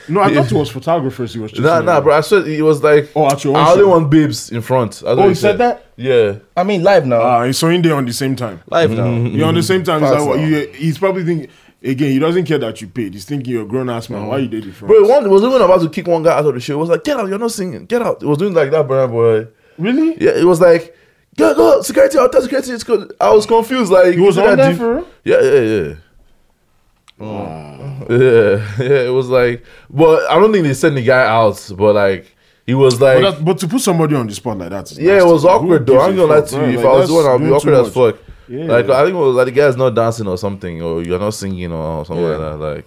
Speaker 1: No, I thought it was photographers. He was just
Speaker 2: nah, nah, bro. I swear, he was like,
Speaker 1: Oh, at your own
Speaker 2: I only
Speaker 1: show.
Speaker 2: want babes in front. That's what
Speaker 1: he said that?
Speaker 2: Yeah.
Speaker 3: I mean, live now.
Speaker 1: Ah, he's so in there on the same time.
Speaker 3: live now.
Speaker 1: You're on the same time. Is
Speaker 3: Facts
Speaker 1: that what
Speaker 3: now.
Speaker 1: you, he's probably thinking again. He doesn't care that you paid. He's thinking you're a grown ass man. Why you did it from?
Speaker 2: Bro, one was even about to kick one guy out of the show. It was like, get out, you're not singing. Get out. It was doing like that, Brian boy.
Speaker 1: really?
Speaker 2: Yeah, it was like, go, go, security, I'll tell security. It's good. I was confused. Like,
Speaker 1: He
Speaker 2: is
Speaker 1: was
Speaker 2: it
Speaker 1: on
Speaker 2: that
Speaker 1: there
Speaker 2: deep?
Speaker 1: for real?
Speaker 2: Yeah, yeah, yeah. Oh. Yeah, yeah, it was like, but I don't think they sent the guy out, but like, It was like,
Speaker 1: but, that, but to put somebody on the spot like that, is
Speaker 2: yeah, it
Speaker 1: nasty.
Speaker 2: was
Speaker 1: Who
Speaker 2: awkward though.
Speaker 1: gives
Speaker 2: I'm
Speaker 1: a
Speaker 2: gonna lie
Speaker 1: fuck,
Speaker 2: to
Speaker 1: right?
Speaker 2: you. If
Speaker 1: Like,
Speaker 2: I was
Speaker 1: that's
Speaker 2: the one, I'd be
Speaker 1: doing too
Speaker 2: awkward as
Speaker 1: much.
Speaker 2: fuck.
Speaker 1: Yeah.
Speaker 2: Like I think it was like the guy's not dancing or something, or you're not singing or something like
Speaker 3: Yeah.
Speaker 2: that. Like,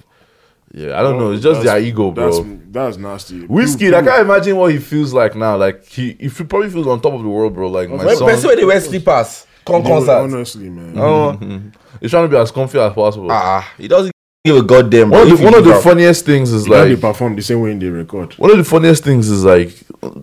Speaker 2: yeah, I don't know. It's
Speaker 1: That's-
Speaker 2: just their ego, bro.
Speaker 1: That's that's nasty.
Speaker 2: Whiskey,
Speaker 1: You-
Speaker 2: I can't imagine what he feels like now. Like he, if he probably feels on top of the world, bro. Like my
Speaker 3: When
Speaker 2: son,
Speaker 3: person where they wear slippers, come
Speaker 1: you-
Speaker 3: concert.
Speaker 1: Honestly, man.
Speaker 3: Oh,
Speaker 2: Mm-hmm. he's trying to be as comfy as possible.
Speaker 3: ah, he doesn't give a goddamn.
Speaker 2: one
Speaker 3: if
Speaker 2: of the,
Speaker 3: he
Speaker 2: one of
Speaker 3: do
Speaker 2: the
Speaker 3: that-
Speaker 2: funniest things is
Speaker 1: Like, they
Speaker 2: like
Speaker 1: perform the same way in the record.
Speaker 2: one of the funniest things is like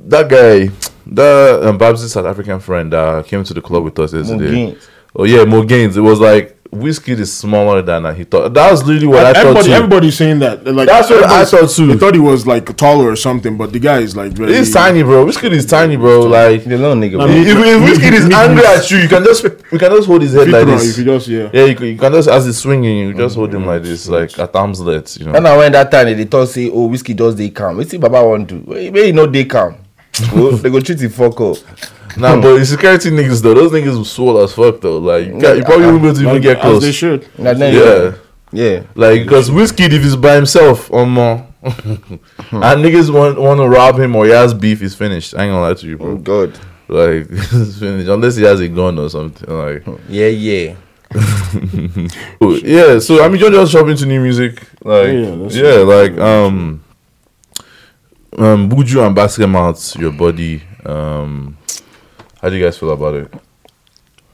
Speaker 2: that guy, that um, Babs' South African friend uh, came to the club with us yesterday.
Speaker 3: Mogains.
Speaker 2: Oh yeah, Mogains. It was like whiskey is smaller than I- he thought. That was literally what I thought.
Speaker 1: everybody,
Speaker 2: too.
Speaker 1: everybody's saying that. Like,
Speaker 2: That's what I
Speaker 1: everybody's-
Speaker 2: thought too.
Speaker 1: They thought he was like taller or something, but the guy is like very.
Speaker 2: He's tiny, bro. Whiskey is tiny, bro. Like
Speaker 3: He's a little nigga.
Speaker 1: I
Speaker 3: bro.
Speaker 1: mean,
Speaker 2: if, if Whiskey is angry at you, you can just you can just hold his head
Speaker 1: If you
Speaker 2: like
Speaker 1: throw-
Speaker 2: this.
Speaker 1: if you just yeah.
Speaker 2: Yeah, you, can- you can just as it's swinging, you just hold him like this, like at arm's length, you know.
Speaker 3: And now when that time they talk say, oh, whiskey does they calm. We see Baba want to. Maybe no they calm. Well, they go treat the fuck up.
Speaker 2: Nah, but the security niggas though, those niggas will swole as fuck though. Like you, can't, you probably won't be able to even
Speaker 1: Like,
Speaker 2: get
Speaker 1: As they
Speaker 2: close.
Speaker 1: should.
Speaker 3: And then,
Speaker 2: Yeah,
Speaker 3: Yeah.
Speaker 2: like because whiskey if he's by himself, um, and niggas want want to rob him or he has beef, he's finished. I ain't gonna lie to you,
Speaker 3: Oh,
Speaker 2: bro.
Speaker 3: God.
Speaker 2: Like it's finished unless he has a gun or something. Like
Speaker 3: Yeah, yeah.
Speaker 2: Oh, yeah, so I mean, you're just shopping to new music, like
Speaker 1: Yeah, that's-
Speaker 2: yeah, like um, um, Buju and Basket Mouth, your body. Um, how do you guys feel about it?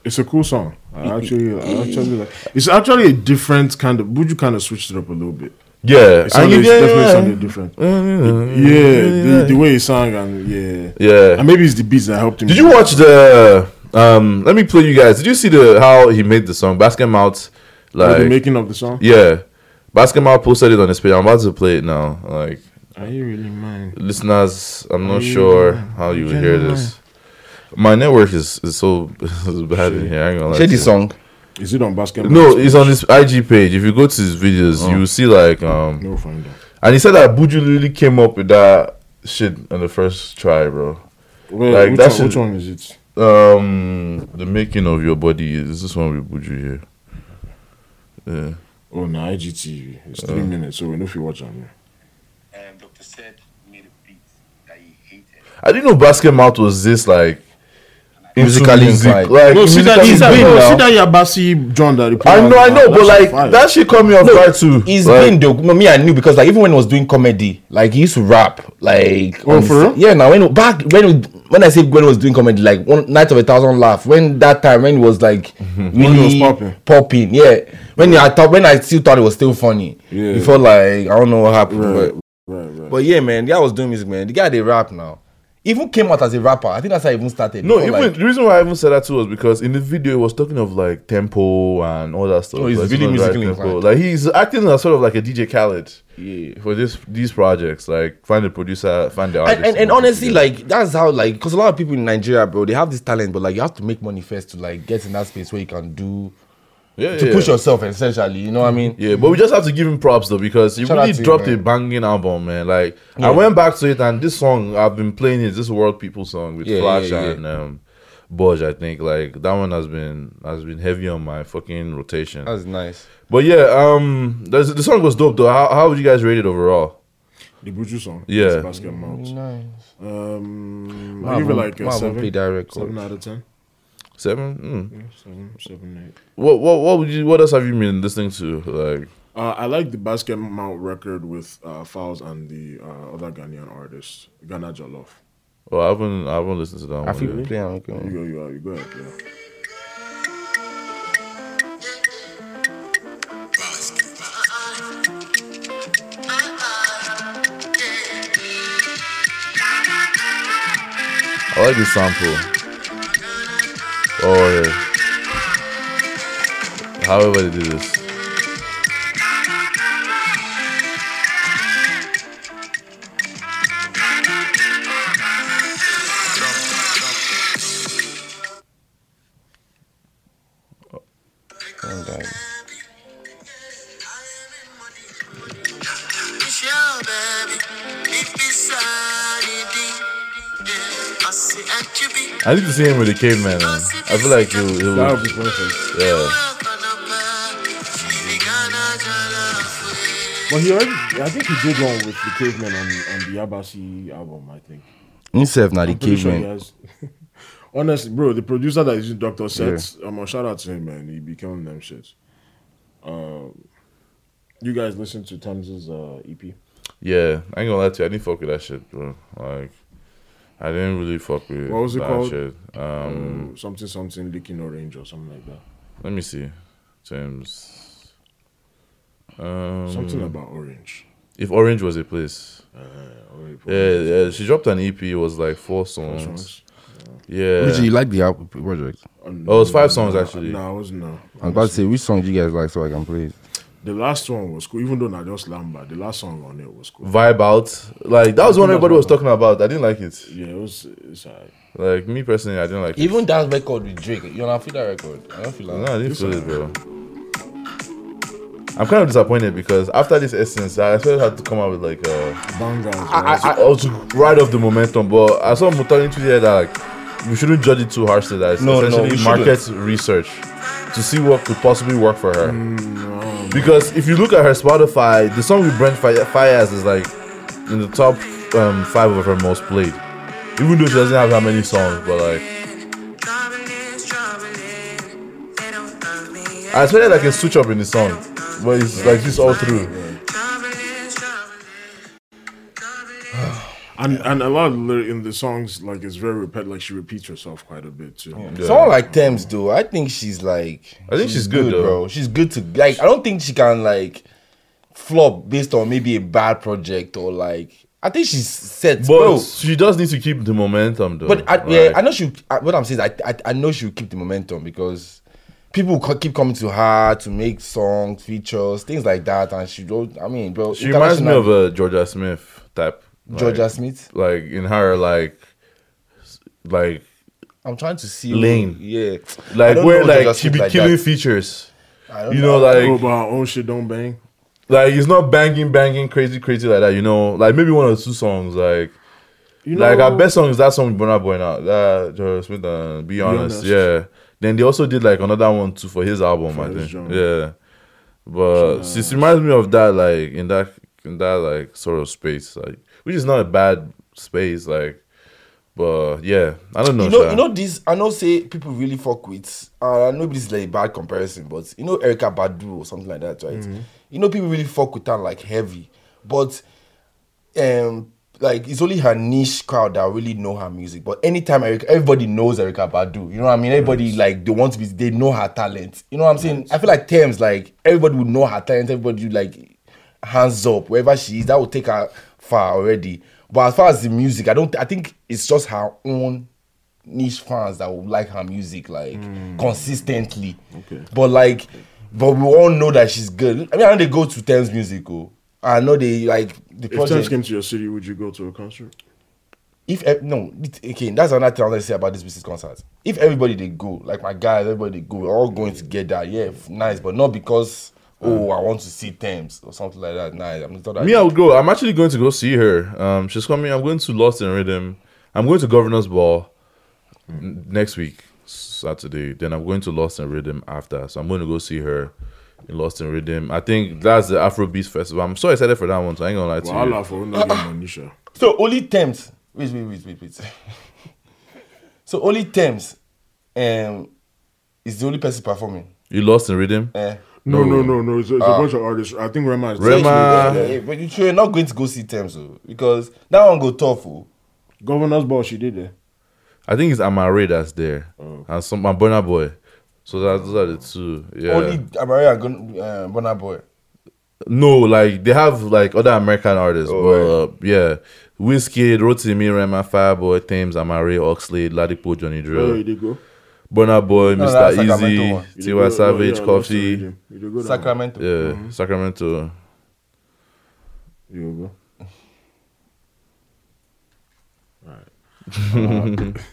Speaker 1: It's a cool song.
Speaker 2: Mm-hmm.
Speaker 1: I actually, I actually like. It's actually a different kind of. Buju kind of switched it up a little bit.
Speaker 2: Yeah,
Speaker 1: It
Speaker 2: and
Speaker 1: sounded,
Speaker 2: you- yeah,
Speaker 1: definitely
Speaker 2: yeah, Mm-hmm.
Speaker 1: sounded different.
Speaker 2: yeah,
Speaker 1: Yeah, the, the way he sang and yeah,
Speaker 2: yeah.
Speaker 1: and maybe it's the beats that helped him.
Speaker 2: Did you watch the? Um, let me play you guys. Did you see the how he made the song Basket Mouth?
Speaker 1: Like, the
Speaker 2: Like,
Speaker 1: making of the song?
Speaker 2: yeah, Basket Mouth posted it on his page. I'm about to play it now. Like,
Speaker 1: Are you really mine?
Speaker 2: listeners, I'm not
Speaker 1: Yeah.
Speaker 2: sure how you would hear this. My network is, is so is bad in here. I ain't gonna lie
Speaker 3: Share
Speaker 2: to
Speaker 3: the
Speaker 2: you.
Speaker 3: song.
Speaker 1: Is it on basketball?
Speaker 2: No, it's on his IG page. If you go to his videos, you
Speaker 1: Oh.
Speaker 2: will see like um,
Speaker 1: No finder.
Speaker 2: and he said that Buju really came up with that shit on the first try, bro.
Speaker 1: Well,
Speaker 2: Like,
Speaker 1: which,
Speaker 2: that
Speaker 1: one,
Speaker 2: should-
Speaker 1: which one is it?
Speaker 2: Um, the making of your body is this one with Buju here. Yeah.
Speaker 1: Oh, no, IGTV. It's three
Speaker 2: Uh.
Speaker 1: minutes, so we know if you watch on
Speaker 4: and Dr. said made a beat that he hated.
Speaker 2: I didn't know Basket Mouth was this like into
Speaker 3: Musically inclined.
Speaker 2: Like
Speaker 1: No, see that,
Speaker 2: musically
Speaker 1: see that,
Speaker 2: inclined.
Speaker 1: no, see that Yabasi John that report.
Speaker 2: I know, I know, but like that shit caught me off
Speaker 3: No,
Speaker 2: guard too.
Speaker 3: He's
Speaker 2: like,
Speaker 3: been dope. Me, I knew because like even when he was doing comedy, like he used to rap. Like
Speaker 1: Oh,
Speaker 3: on
Speaker 1: for
Speaker 3: s-
Speaker 1: real?
Speaker 3: Yeah. Now when back when when I say when he was doing comedy, like one night of a thousand laugh. When that time when it was like
Speaker 1: Mm-hmm. When
Speaker 3: really
Speaker 1: he was popping.
Speaker 3: popping, yeah. When I thought when I still thought it was still funny.
Speaker 1: Yeah.
Speaker 3: It felt like I don't know what happened,
Speaker 1: Right.
Speaker 3: but
Speaker 1: Right, right.
Speaker 3: but yeah, man, the guy was doing music, man. The guy they rap now. He even came out as a rapper. I think that's how he even started.
Speaker 2: No,
Speaker 3: He
Speaker 2: even
Speaker 3: felt like,
Speaker 2: the reason why I even said that too was because in the video it was talking of like tempo and all that stuff.
Speaker 3: Oh, he's
Speaker 2: like,
Speaker 3: really
Speaker 2: sort of like
Speaker 3: musically
Speaker 2: tempo.
Speaker 3: inclined.
Speaker 2: Like he's acting as sort of like a DJ Khaled.
Speaker 3: Yeah.
Speaker 2: For this these projects, like find the producer, find the artist.
Speaker 3: and, and, and
Speaker 2: work
Speaker 3: honestly,
Speaker 2: together.
Speaker 3: like that's how like because a lot of people in Nigeria, bro, they have this talent, but like you have to make money first to like get in that space where you can do
Speaker 2: yeah,
Speaker 3: to
Speaker 2: yeah.
Speaker 3: push yourself essentially. You know what I mean?
Speaker 2: Yeah, but we just have to give him props though because he
Speaker 3: Shout out
Speaker 2: really
Speaker 3: to you,
Speaker 2: dropped
Speaker 3: man.
Speaker 2: a banging album, man. Like I went back to it and this song I've been playing is this World People song with
Speaker 3: Yeah,
Speaker 2: Flash
Speaker 3: yeah, yeah.
Speaker 2: and um, Budge. I think like that one has been has been heavy on my fucking rotation.
Speaker 3: That's nice.
Speaker 2: But yeah, um, there's- the song was dope though. How, how would you guys rate it overall?
Speaker 1: The Buju song.
Speaker 2: Yeah.
Speaker 1: It's Basket Mouth.
Speaker 3: Nice.
Speaker 1: Um,
Speaker 3: Wow,
Speaker 1: I give it
Speaker 3: won't-
Speaker 1: like a
Speaker 3: wow, won't
Speaker 1: seven.
Speaker 3: play that record.
Speaker 1: Seven out of ten.
Speaker 2: Seven. Mm.
Speaker 1: Seven, seven, eight.
Speaker 2: What what what would you? What else have you been listening to? Like
Speaker 1: Uh, I like the Basket Mount record with uh, Fowls and the uh, other Ghanaian artist, Ghana Jollof.
Speaker 2: oh, I haven't I haven't listened to that
Speaker 3: I
Speaker 2: one.
Speaker 3: feel
Speaker 2: yet.
Speaker 3: play on
Speaker 1: You
Speaker 3: okay.
Speaker 1: go, you go, you go ahead. Yeah.
Speaker 2: I like this sample. Oh yeah. However they do this.
Speaker 5: It's your baby. If it's sanity, yeah. I see at you be.
Speaker 2: I need to see him with a caveman. Man. I feel like he'll, he'll
Speaker 1: That would be perfect.
Speaker 2: yeah.
Speaker 1: But he already, I think he did one with the Caveman on, on the Yabasi album, I think.
Speaker 3: himself now the
Speaker 1: Pretty sure he
Speaker 3: caveman.
Speaker 1: has- Honestly, bro, the producer that is in Doctor Sets, I'm um, shout out to him, man. He be killing them shits. Um, you guys listen to Thames's uh, EP?
Speaker 2: Yeah, I ain't gonna lie to you. I didn't fuck with that shit, bro. Like, I didn't really fuck with
Speaker 1: What was it
Speaker 2: that
Speaker 1: called?
Speaker 2: shit. Um,
Speaker 1: Um, something, something, licking orange or something like that.
Speaker 2: let me see. James. Um,
Speaker 1: Something about orange.
Speaker 2: if Orange was a place.
Speaker 1: Uh, orange
Speaker 2: Yeah, yeah, she dropped an EP. It was like four songs.
Speaker 1: songs.
Speaker 2: Yeah.
Speaker 3: Richie, you like the album project?
Speaker 2: Oh, it's five songs, actually.
Speaker 1: No, I was no.
Speaker 3: I'm about to say which song do you guys like so I can play it.
Speaker 1: The last one was cool, even though not just Lamba. The last song on it was cool.
Speaker 2: Vibe out. Like that was what everybody was talking about. I didn't like it.
Speaker 1: yeah, it was. It's uh, alright.
Speaker 2: Like me personally, I didn't like it.
Speaker 3: Even that record with Drake, you don't feel that record. I don't feel
Speaker 2: No, I didn't feel it, bro. I'm kind of disappointed because after this essence, I expected her to come out with like a.
Speaker 1: Bangers.
Speaker 2: I,
Speaker 1: right?
Speaker 2: I, I also ride off the momentum, but I saw Mutani tweet that like, we shouldn't judge it too harshly. That it's
Speaker 3: No, no,
Speaker 2: essentially
Speaker 3: we
Speaker 2: market research to see what could possibly work for her. Because if you look at her Spotify, the song with Brent Fi- Fires is like in the top um, five of her most played. Even though she doesn't have that many songs, but like I expected like a switch up in the song, but it's like this all through.
Speaker 1: and and a lot of lyri- in the songs like it's very repet. Like she repeats herself quite a bit too.
Speaker 3: Someone like Thames though, I think she's like.
Speaker 2: I think she's good, though.
Speaker 3: bro. She's good to like. I don't think she can like flop based on maybe a bad project or like. I think she's set,
Speaker 2: But
Speaker 3: bro.
Speaker 2: she does need to keep the momentum, though.
Speaker 3: But I, yeah,
Speaker 2: Like,
Speaker 3: I know she. I, what I'm saying is, I, I I know she'll keep the momentum because people co- keep coming to her to make songs, features, things like that, and she don't. I mean, bro,
Speaker 2: She reminds me of
Speaker 3: international-
Speaker 2: a Georgia Smith type. like-
Speaker 3: Georgia Smith.
Speaker 2: like in her like s- like
Speaker 3: I'm trying to see
Speaker 2: Lane.
Speaker 3: Yeah, I
Speaker 2: like
Speaker 3: don't
Speaker 2: where
Speaker 3: know Georgia
Speaker 2: like she
Speaker 3: Smith
Speaker 2: be
Speaker 3: like
Speaker 2: killing
Speaker 3: that.
Speaker 2: features.
Speaker 3: I don't
Speaker 2: You
Speaker 3: know.
Speaker 2: know,
Speaker 1: Oh,
Speaker 2: like
Speaker 1: but our own shit don't bang.
Speaker 2: like it's not banging, banging, crazy, crazy like that. You know, like maybe one or two songs. Like
Speaker 1: You
Speaker 2: like our best song is that song with Burna Boy now. That Georgia Smith. Uh, be honest,
Speaker 1: Honest.
Speaker 2: yeah. Then they also did like another one too for his album. I
Speaker 1: his
Speaker 2: think,
Speaker 1: genre.
Speaker 2: yeah. But she she reminds me of that like in that in that like sort of space like which is not a bad space like. But yeah, I don't know.
Speaker 3: you know,
Speaker 2: sha.
Speaker 3: you know this. I know say people really fuck with. Uh, I know this is like a bad comparison, but you know Erica Badu or something like that, right?
Speaker 2: Mm-hmm.
Speaker 3: You know people really fuck with her like heavy, but um, like it's only her niche crowd that really know her music. But anytime Erica, everybody knows Erica Badu. You know what I mean? Everybody like they want to be. They know her talent. You know what I'm saying? I feel like Thames like everybody would know her talent. Everybody would, like hands up wherever she is. That would take her far already. But as far as the music, I don't. I think it's just her own niche fans that would like her music like
Speaker 1: Hmm.
Speaker 3: consistently. Okay. But like, but we all know that she's good. I mean, I know they go to Thames Music. Oh, I know they like the
Speaker 1: If Thames
Speaker 3: project.
Speaker 1: came to your city, would you go to a concert?
Speaker 3: if ev- no, it- okay, that's another thing I want to say about this business concert. If everybody they go, like my guys, everybody they go, we're all going together. Yeah, f- nice, but not because oh I want to see Thames or something like that. Nice. I'm not that.
Speaker 2: Me, I would go. I'm actually going to go see her. Um, she's coming. I'm going to Lost in Rhythm. I'm going to Governor's Ball n- next week, Saturday. Then I'm going to Lost in Rhythm after. So I'm going to go see her in Lost in Rhythm. I think that's the Afrobeats Festival. I'm so excited for that one. So I ain't gonna lie to
Speaker 1: Well,
Speaker 2: you.
Speaker 1: Allah for no game on Nisha.
Speaker 3: So only Thames. Wait, wait, wait, wait, wait. so only Thames, um, is the only person performing.
Speaker 2: you Lost in Rhythm.
Speaker 3: Eh.
Speaker 1: No, no, no, no. It's, it's a bunch of artists. I think Rema is
Speaker 2: Ah. Rema-
Speaker 3: Yeah,
Speaker 2: Uh,
Speaker 3: yeah, yeah, but you sure you're not going to go see Thames oh, because that one go tough. Oh.
Speaker 1: Governor's ball. She did there.
Speaker 2: I think it's Amare that's there, and some my Burna Boy. So that, those are the two. Yeah.
Speaker 3: Only Amaria and uh, Burna Boy.
Speaker 2: No, like they have like other American artists,
Speaker 1: Oh,
Speaker 2: but uh, yeah, Whiskey, Rotimi, Rema, Fireboy, Thames, Amare, Oxlade, Ladipo, Johnny
Speaker 1: Oh, you
Speaker 2: Drill,
Speaker 1: did go.
Speaker 2: Burna Boy,
Speaker 3: No,
Speaker 2: Mr.
Speaker 3: that's Sacramento
Speaker 2: Easy,
Speaker 3: one.
Speaker 1: You did go.
Speaker 2: Tiwa Savage,
Speaker 1: Oh, yeah, Mm-hmm.
Speaker 2: Coffee,
Speaker 1: You did go. down.
Speaker 3: Sacramento.
Speaker 2: yeah, Sacramento.
Speaker 1: You go.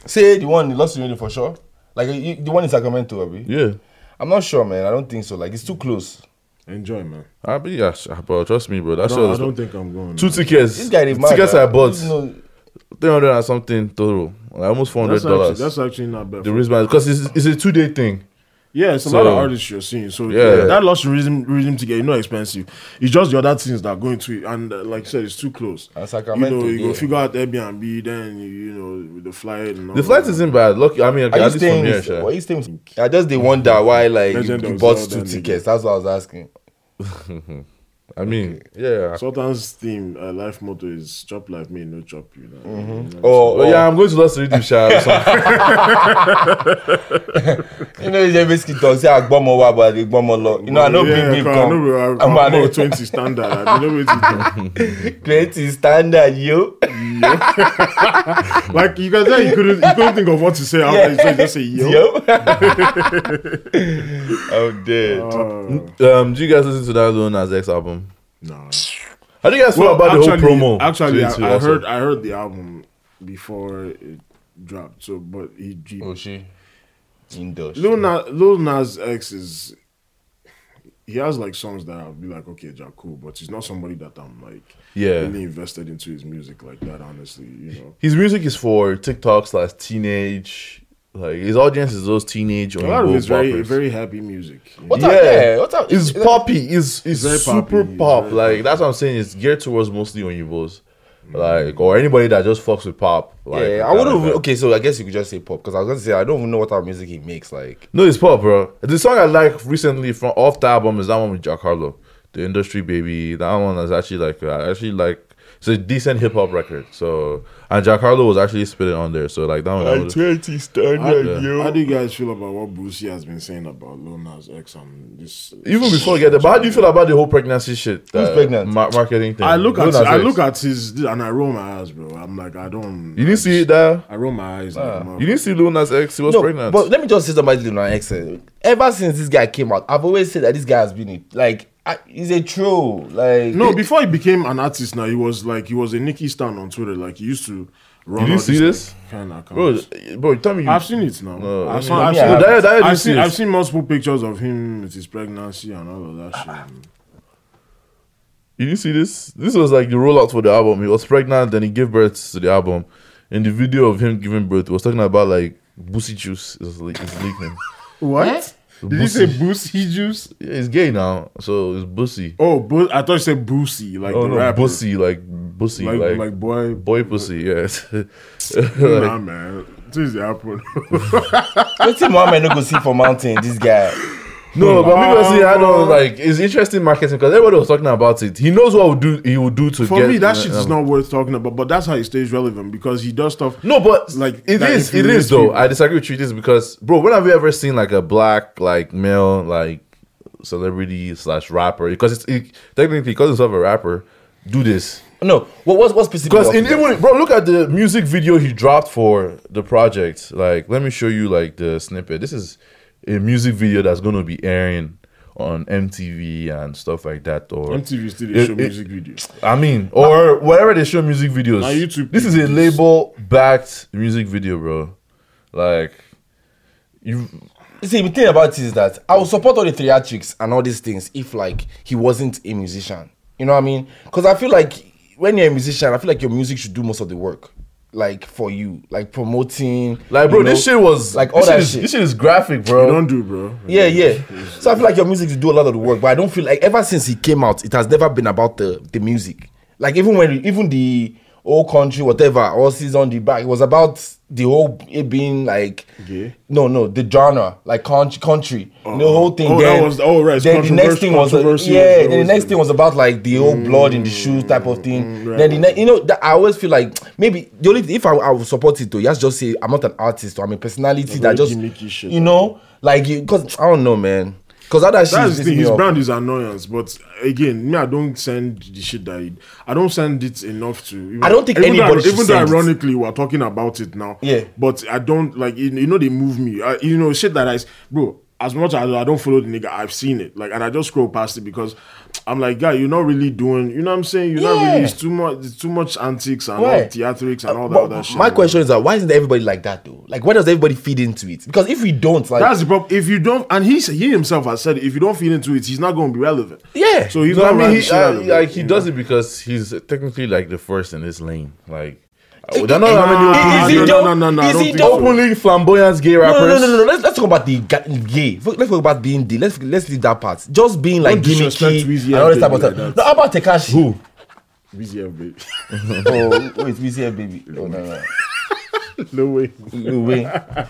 Speaker 3: Say the one in Lost in Rhythm for sure. Like you, the one in Sacramento, Abi.
Speaker 2: Yeah,
Speaker 3: I'm not sure, man. I don't think so. Like it's too close.
Speaker 1: Enjoy, man.
Speaker 2: I be yeah, sh- bro. Trust me, bro. That's
Speaker 1: No, I
Speaker 2: all.
Speaker 1: don't think I'm going.
Speaker 2: Two
Speaker 1: man.
Speaker 2: tickets.
Speaker 3: This guy is
Speaker 2: The
Speaker 3: mad.
Speaker 2: tickets
Speaker 3: ah.
Speaker 2: I bought
Speaker 3: You know,
Speaker 2: three hundred and something total, like almost four hundred
Speaker 1: That's actually,
Speaker 2: dollars.
Speaker 1: that's actually not bad.
Speaker 2: The wristband because it's it's a two day thing.
Speaker 1: Yeah, it's a lot
Speaker 2: So-
Speaker 1: of artists you're seeing. So
Speaker 2: Yeah.
Speaker 1: yeah, that lost rhythm rhythm to get you know expensive. It's just the other things that go into it, and uh, like you said, it's too close.
Speaker 3: And
Speaker 1: you
Speaker 3: Sacramento,
Speaker 1: know, you go
Speaker 3: yeah.
Speaker 1: figure out Airbnb, then you, you know with the flight. And all
Speaker 2: The flight
Speaker 1: that.
Speaker 2: isn't bad. Lucky, I mean, okay,
Speaker 3: Are you
Speaker 2: at least
Speaker 3: staying?
Speaker 2: from here,
Speaker 3: With,
Speaker 2: sha.
Speaker 3: are you staying? With, I just they wonder why like you,
Speaker 1: Legend
Speaker 3: you
Speaker 1: of
Speaker 3: bought
Speaker 1: Zelda,
Speaker 3: two
Speaker 1: nigga.
Speaker 3: tickets. That's what I was asking.
Speaker 2: I mean, yeah.
Speaker 1: Sultan's theme, uh, life motto is "Chop like me, no chop you." Know?
Speaker 2: Mm-hmm.
Speaker 1: You know,
Speaker 3: Oh,
Speaker 2: But yeah, I'm going to Lost Rhythm, sha. or something.
Speaker 3: you know, they basically talk say agbomo wa but agbomo lo. You know, I know
Speaker 1: yeah,
Speaker 3: big big
Speaker 1: I know we are
Speaker 3: come.
Speaker 1: I'm
Speaker 3: I'm
Speaker 1: about
Speaker 3: an
Speaker 1: twenty standard. I don't know what you
Speaker 3: twenty standard yo.
Speaker 1: do. Like you guys, said you couldn't, you couldn't think of what to say. After you said, just say yo.
Speaker 3: Yo. I'm dead.
Speaker 1: Uh,
Speaker 2: um, do you guys listen to that Lil Nas X album?
Speaker 1: no.
Speaker 2: How do you guys feel about the whole promo?
Speaker 1: Actually,
Speaker 2: to
Speaker 1: I,
Speaker 2: it too,
Speaker 1: I
Speaker 2: also?
Speaker 1: heard I heard the album before it dropped. So, but he, he
Speaker 3: she. Indoor.
Speaker 1: Lil, Nas, Lil Nas X is he has like songs that I'll be like, okay, ja, cool, but he's not somebody that I'm like
Speaker 2: Yeah.
Speaker 1: really invested into his music like that. Honestly, you know.
Speaker 2: His music is for TikTok slash teenage. Like his audience is those teenage or
Speaker 1: A lot of it's very,
Speaker 2: poppers.
Speaker 1: very happy music. you know?
Speaker 3: What are- yeah, what are-
Speaker 2: it's
Speaker 3: is that-
Speaker 2: poppy. It's it's
Speaker 1: very
Speaker 2: super
Speaker 1: poppy, it's
Speaker 2: pop.
Speaker 1: very
Speaker 2: Like that's what I'm saying. It's geared towards mostly on Yibos. like or anybody that just fucks with pop. Like,
Speaker 3: yeah, Eh, I
Speaker 2: like
Speaker 3: would have.
Speaker 2: that.
Speaker 3: okay, so I guess you could just say pop because I was gonna say I don't even know what type of music he makes. Like,
Speaker 2: No, it's pop, bro. The song I like recently from off the album is that one with Jack Harlow, the Industry Baby. That one is actually like I actually like. It's a decent hip hop record. So and Jack Harlow was actually spitting on there. So like that one. I
Speaker 3: um,
Speaker 2: would-
Speaker 3: twenty
Speaker 1: How,
Speaker 3: standard
Speaker 1: how do you guys feel about what Brucey has been saying about Lil Nas X and this?
Speaker 2: even before I get there, but how do you feel about the whole pregnancy shit?
Speaker 3: Who's pregnant?
Speaker 2: ma- marketing thing.
Speaker 1: I look
Speaker 2: Lil
Speaker 1: at
Speaker 2: Nas
Speaker 1: I
Speaker 2: X.
Speaker 1: look at his and I roll my eyes, bro. I'm like, I don't.
Speaker 2: You didn't see that.
Speaker 1: I roll my eyes. like, I'm
Speaker 2: You didn't see Lil Nas X. He was
Speaker 3: No,
Speaker 2: pregnant.
Speaker 3: but let me just say something about Lil Nas X. eh. Ever since this guy came out, I've always said that this guy has been a- like I, he's a troll. Like,
Speaker 1: No, before he became an artist, now he was like he was a Nicky Stan on Twitter. Like he used to run.
Speaker 2: Did you
Speaker 1: all
Speaker 2: see
Speaker 1: these,
Speaker 2: this?
Speaker 1: like, Kind of
Speaker 2: bro, Oh,
Speaker 1: accounts.
Speaker 2: bro, tell me you.
Speaker 1: I've seen it now.
Speaker 2: No,
Speaker 1: I've,
Speaker 2: I
Speaker 1: seen,
Speaker 2: mean,
Speaker 1: I've,
Speaker 3: yeah,
Speaker 1: seen,
Speaker 3: I
Speaker 2: haven't. That- that
Speaker 1: I've,
Speaker 2: is
Speaker 1: seen,
Speaker 2: serious.
Speaker 1: I've seen multiple pictures of him with his pregnancy and all of that shit.
Speaker 2: You didn't see this? This was like the rollout for the album. He was pregnant, then he gave birth to the album. In the video of him giving birth, he was talking about like Boosie Juice is, le- is leaking.
Speaker 1: What? Did he say Boosie juice?
Speaker 2: yeah, he's gay now, so it's Boosie.
Speaker 1: Oh, bo- I thought he said Boosie, like
Speaker 2: Oh
Speaker 1: the
Speaker 2: no,
Speaker 1: rapper.
Speaker 2: Boosie, like Boosie,
Speaker 1: Like,
Speaker 2: like,
Speaker 1: like, boy.
Speaker 2: boy pussy. Yes.
Speaker 1: Nah,
Speaker 2: Like,
Speaker 1: man. This is happening.
Speaker 3: Wetin Muhammad no go see for mountain? This guy.
Speaker 2: no, but because he had all like it's interesting marketing because everybody was talking about it. He knows what would do he would do to
Speaker 1: For
Speaker 2: get
Speaker 1: me, that
Speaker 2: uh,
Speaker 1: shit is
Speaker 2: um,
Speaker 1: not worth talking about, but that's how he stays relevant because he does stuff.
Speaker 2: No, but
Speaker 1: Like,
Speaker 2: like it
Speaker 1: that
Speaker 2: is, it
Speaker 1: infuriates
Speaker 2: is though.
Speaker 1: people.
Speaker 2: I disagree with you. This because, bro, when have you ever seen like a black like male like celebrity slash rapper? Because it's it, technically because himself a rapper, do this.
Speaker 3: No, what was what's specific?
Speaker 2: Because
Speaker 3: about
Speaker 2: in
Speaker 3: him?
Speaker 2: even bro, look at the music video he dropped for the project. Like, let me show you like the snippet. This is a music video that's gonna be airing on MTV and stuff like that. Or
Speaker 1: MTV still they
Speaker 2: It-
Speaker 1: show
Speaker 2: it-
Speaker 1: music videos.
Speaker 2: I mean, or whatever they show music videos.
Speaker 1: Now YouTube
Speaker 2: this is a
Speaker 1: is-
Speaker 2: label backed music video, bro. Like, you.
Speaker 3: You See, the thing about it is that I would support all the theatrics and all these things if, like, he wasn't a musician. You know what I mean? Because I feel like when you're a musician, I feel like your music should do most of the work, like for you, like promoting.
Speaker 2: Like, bro,
Speaker 3: you
Speaker 2: this
Speaker 3: know,
Speaker 2: shit was.
Speaker 3: like all
Speaker 2: this
Speaker 3: that
Speaker 2: is-
Speaker 3: shit.
Speaker 2: This shit is graphic,
Speaker 1: You
Speaker 2: bro.
Speaker 1: don't do, bro.
Speaker 3: Yeah, yeah. So I feel like your music should do a lot of the work, but I don't feel like ever since he came out, it has never been about the the music. Like even when even the old country, whatever, all season the back, it was about the whole it being like
Speaker 1: Gay?
Speaker 3: no, no, the genre, like country, country, the
Speaker 1: Oh.
Speaker 3: whole thing.
Speaker 1: Oh, that
Speaker 3: then,
Speaker 1: was- oh, right, it's
Speaker 3: Then the next
Speaker 1: controversial-
Speaker 3: thing was uh,
Speaker 1: controversial,
Speaker 3: yeah.
Speaker 1: that
Speaker 3: Then the
Speaker 1: was
Speaker 3: next
Speaker 1: the-
Speaker 3: thing was about like the old blood in the shoes type of thing.
Speaker 1: right,
Speaker 3: then the
Speaker 1: mm, right.
Speaker 3: ne- you know that I always feel like maybe the only if I, I would support it though, you have to just say I'm not an artist or I'm a personality
Speaker 1: Very
Speaker 3: that just
Speaker 1: gimmicky shit.
Speaker 3: you know like you because I don't know man because other shit
Speaker 1: That's
Speaker 3: is
Speaker 1: the
Speaker 3: pissing
Speaker 1: thing.
Speaker 3: me
Speaker 1: His
Speaker 3: off.
Speaker 1: brand is annoyance, but again, me, I don't send the shit that he, I don't send it enough to. Even,
Speaker 3: I don't think
Speaker 1: even
Speaker 3: anybody
Speaker 1: Though,
Speaker 3: should
Speaker 1: even though
Speaker 3: send it.
Speaker 1: ironically, we're talking about it now.
Speaker 3: Yeah.
Speaker 1: But I don't like you, you know they move me. I, you know shit that I s- bro. As much as I don't follow the nigga, I've seen it. Like, and I just scroll past it because I'm like, guy, you're not really doing. You know what I'm saying? You're not really.
Speaker 3: Yeah.
Speaker 1: It's too much. It's too much antics and all
Speaker 3: Right.
Speaker 1: theatrics and all that
Speaker 3: But
Speaker 1: other shit.
Speaker 3: my question is that why isn't everybody like that though? Like why does everybody feed into it? Because if we don't, like
Speaker 1: That's the problem. If you don't, and he he himself has said, if you don't feed into it, he's not going to be relevant.
Speaker 3: Yeah.
Speaker 1: So he's
Speaker 2: No,
Speaker 1: not
Speaker 2: I mean,
Speaker 1: running
Speaker 2: he,
Speaker 1: shit out
Speaker 2: I,
Speaker 1: of it,
Speaker 2: like he
Speaker 1: you know?
Speaker 2: does it because he's technically like the first in his lane. Like, Oh, they're not how
Speaker 1: Nah,
Speaker 2: many
Speaker 3: Is it
Speaker 2: openly,
Speaker 1: no,
Speaker 3: dope?
Speaker 1: no, no, no, I
Speaker 3: Is
Speaker 1: don't
Speaker 3: it
Speaker 1: think
Speaker 3: dope?
Speaker 1: so.
Speaker 2: openly flamboyant gay
Speaker 3: No,
Speaker 2: rappers.
Speaker 3: no, no, no, no. Let's, let's talk about the ga- gay. F- Let's talk about being gay. Let's let's leave that part. Just being like
Speaker 1: Don't disrespect
Speaker 3: gimmicky
Speaker 1: Weezy
Speaker 3: and all this
Speaker 1: and
Speaker 3: type of
Speaker 1: Baby
Speaker 3: stuff.
Speaker 1: like
Speaker 3: no, how about Tekashi? Who?
Speaker 1: Busy, baby.
Speaker 3: oh, wait, Weezy and baby. Oh, no, no.
Speaker 1: No way.
Speaker 3: No way.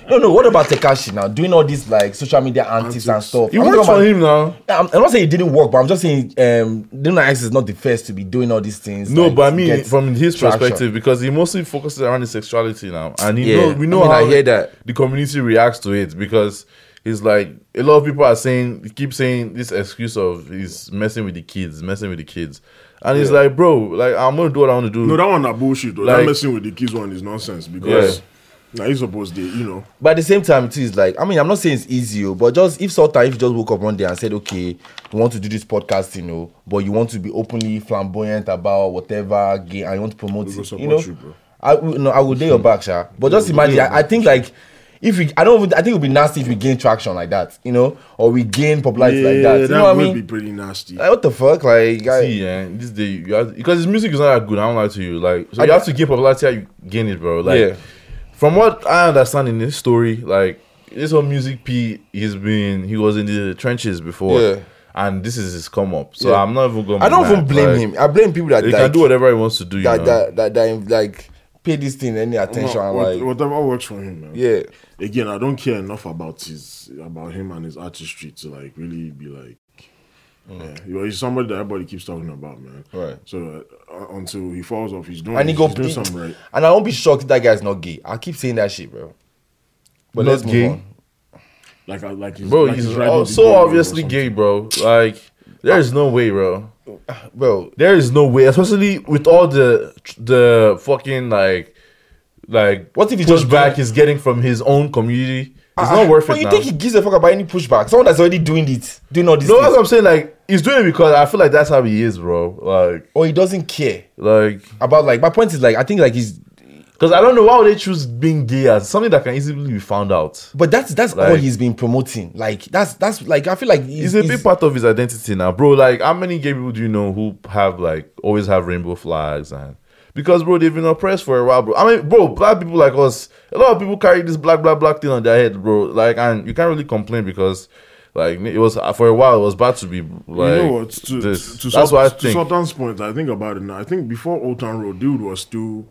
Speaker 3: No, no. What about Tekashi now? Doing all these like social media antics and stuff.
Speaker 2: It
Speaker 3: I'm
Speaker 2: works
Speaker 3: talking
Speaker 2: for
Speaker 3: about-
Speaker 2: him now.
Speaker 3: I'm, I'm not saying it didn't work, but I'm just saying um, Lil X is not the first to be doing all these things.
Speaker 2: No,
Speaker 3: like,
Speaker 2: but I
Speaker 3: to
Speaker 2: mean
Speaker 3: get
Speaker 2: from his
Speaker 3: traction.
Speaker 2: perspective because he mostly focuses around his sexuality now, and he
Speaker 3: Yeah.
Speaker 2: know, we know
Speaker 3: I mean,
Speaker 2: how
Speaker 3: I hear that.
Speaker 2: the community reacts to it because it's like a lot of people are saying keep saying this excuse of he's messing with the kids, messing with the kids, and it's like bro, like I'm gonna do what I want to do.
Speaker 1: No, that one are bullshit. Though. that
Speaker 2: Like-
Speaker 1: messing with the kids one is nonsense because
Speaker 2: Yeah.
Speaker 1: now you supposed to, you know.
Speaker 3: But at the same time, it is like I mean, I'm not saying it's easy, oh, but just if sometimes if you just woke up one day and said, okay, you want to do this podcast, you know, but you want to be openly flamboyant about whatever gay and you want to promote
Speaker 1: We will
Speaker 3: it,
Speaker 1: support
Speaker 3: you know,
Speaker 1: you, bro.
Speaker 3: I will, no, I will dare your back, sha. But just imagine, I, I think like. If we, I don't, even- I think it would be nasty if we gain traction like that, you know, or we gain popularity like that. You know what I
Speaker 1: would
Speaker 3: mean?
Speaker 1: be pretty nasty.
Speaker 3: Like, what the fuck, like, I,
Speaker 2: See, yeah, this day you have, because his music is not that good. I don't lie to you. Like, so you have to give popularity how you gain it, bro. Like,
Speaker 3: Yeah.
Speaker 2: from what I understand in this story, like this whole music P, he's been he was in the trenches before,
Speaker 3: Yeah.
Speaker 2: and this is his come up. So
Speaker 3: Yeah.
Speaker 2: I'm not even going.
Speaker 3: I don't even blame him. I blame people that
Speaker 2: He
Speaker 3: like,
Speaker 2: can do whatever he wants to do. You
Speaker 3: that,
Speaker 2: know?
Speaker 3: that, that, that, like pay this thing any
Speaker 1: No,
Speaker 3: attention.
Speaker 1: what-
Speaker 3: like,
Speaker 1: whatever works for him, man.
Speaker 3: yeah.
Speaker 1: Again, I don't care enough about his about him and his artistry to like really be like.
Speaker 2: Mm.
Speaker 1: Yeah, you know, he's somebody that everybody keeps talking about, man.
Speaker 3: Right.
Speaker 1: So uh, until he falls off, he's doing.
Speaker 3: and he
Speaker 1: he's
Speaker 3: go
Speaker 1: doing
Speaker 3: he-
Speaker 1: something right.
Speaker 3: And I won't be shocked if that guy's not gay. I keep saying that shit, bro. But
Speaker 2: Not
Speaker 3: let's
Speaker 2: gay?
Speaker 3: move on.
Speaker 1: Like, I- like he's,
Speaker 2: bro.
Speaker 1: like
Speaker 2: he's
Speaker 1: riding
Speaker 2: all-
Speaker 1: the
Speaker 2: so
Speaker 1: goat or
Speaker 2: obviously
Speaker 1: something.
Speaker 2: gay, bro. Like, there is no way, bro.
Speaker 3: Bro,
Speaker 2: There is no way, especially with all the the fucking like like
Speaker 3: What if he just
Speaker 2: pushback
Speaker 3: do-
Speaker 2: he's getting from his own community. It's
Speaker 3: I-
Speaker 2: not worth
Speaker 3: but
Speaker 2: it
Speaker 3: you
Speaker 2: now.
Speaker 3: think he gives a fuck about any pushback? Someone that's already doing it, doing all this.
Speaker 2: no,
Speaker 3: No,
Speaker 2: that's what I'm saying. Like he's doing it because I feel like that's how he is, bro. Like
Speaker 3: or he doesn't care
Speaker 2: like
Speaker 3: about like. My point is like, I think like he's,
Speaker 2: because I don't know why would they choose being gay as something that can easily be found out.
Speaker 3: but that's that's all
Speaker 2: Like-
Speaker 3: he's been promoting. Like that's that's like I feel like
Speaker 2: It's a big part of his identity now, bro. Like how many gay people do you know who have like always have rainbow flags and because bro they've been oppressed for a while, bro. I mean, bro, black people like us, a lot of people carry this black black black thing on their head, bro. Like and you can't really complain because. Like it was for a while, it was bad to be like
Speaker 1: you know what? To,
Speaker 2: this.
Speaker 1: to, to,
Speaker 2: That's
Speaker 1: Sul-
Speaker 2: what I
Speaker 1: to
Speaker 2: think.
Speaker 1: Sultan's point, I think about it now. I think before Old Town Road, dude was still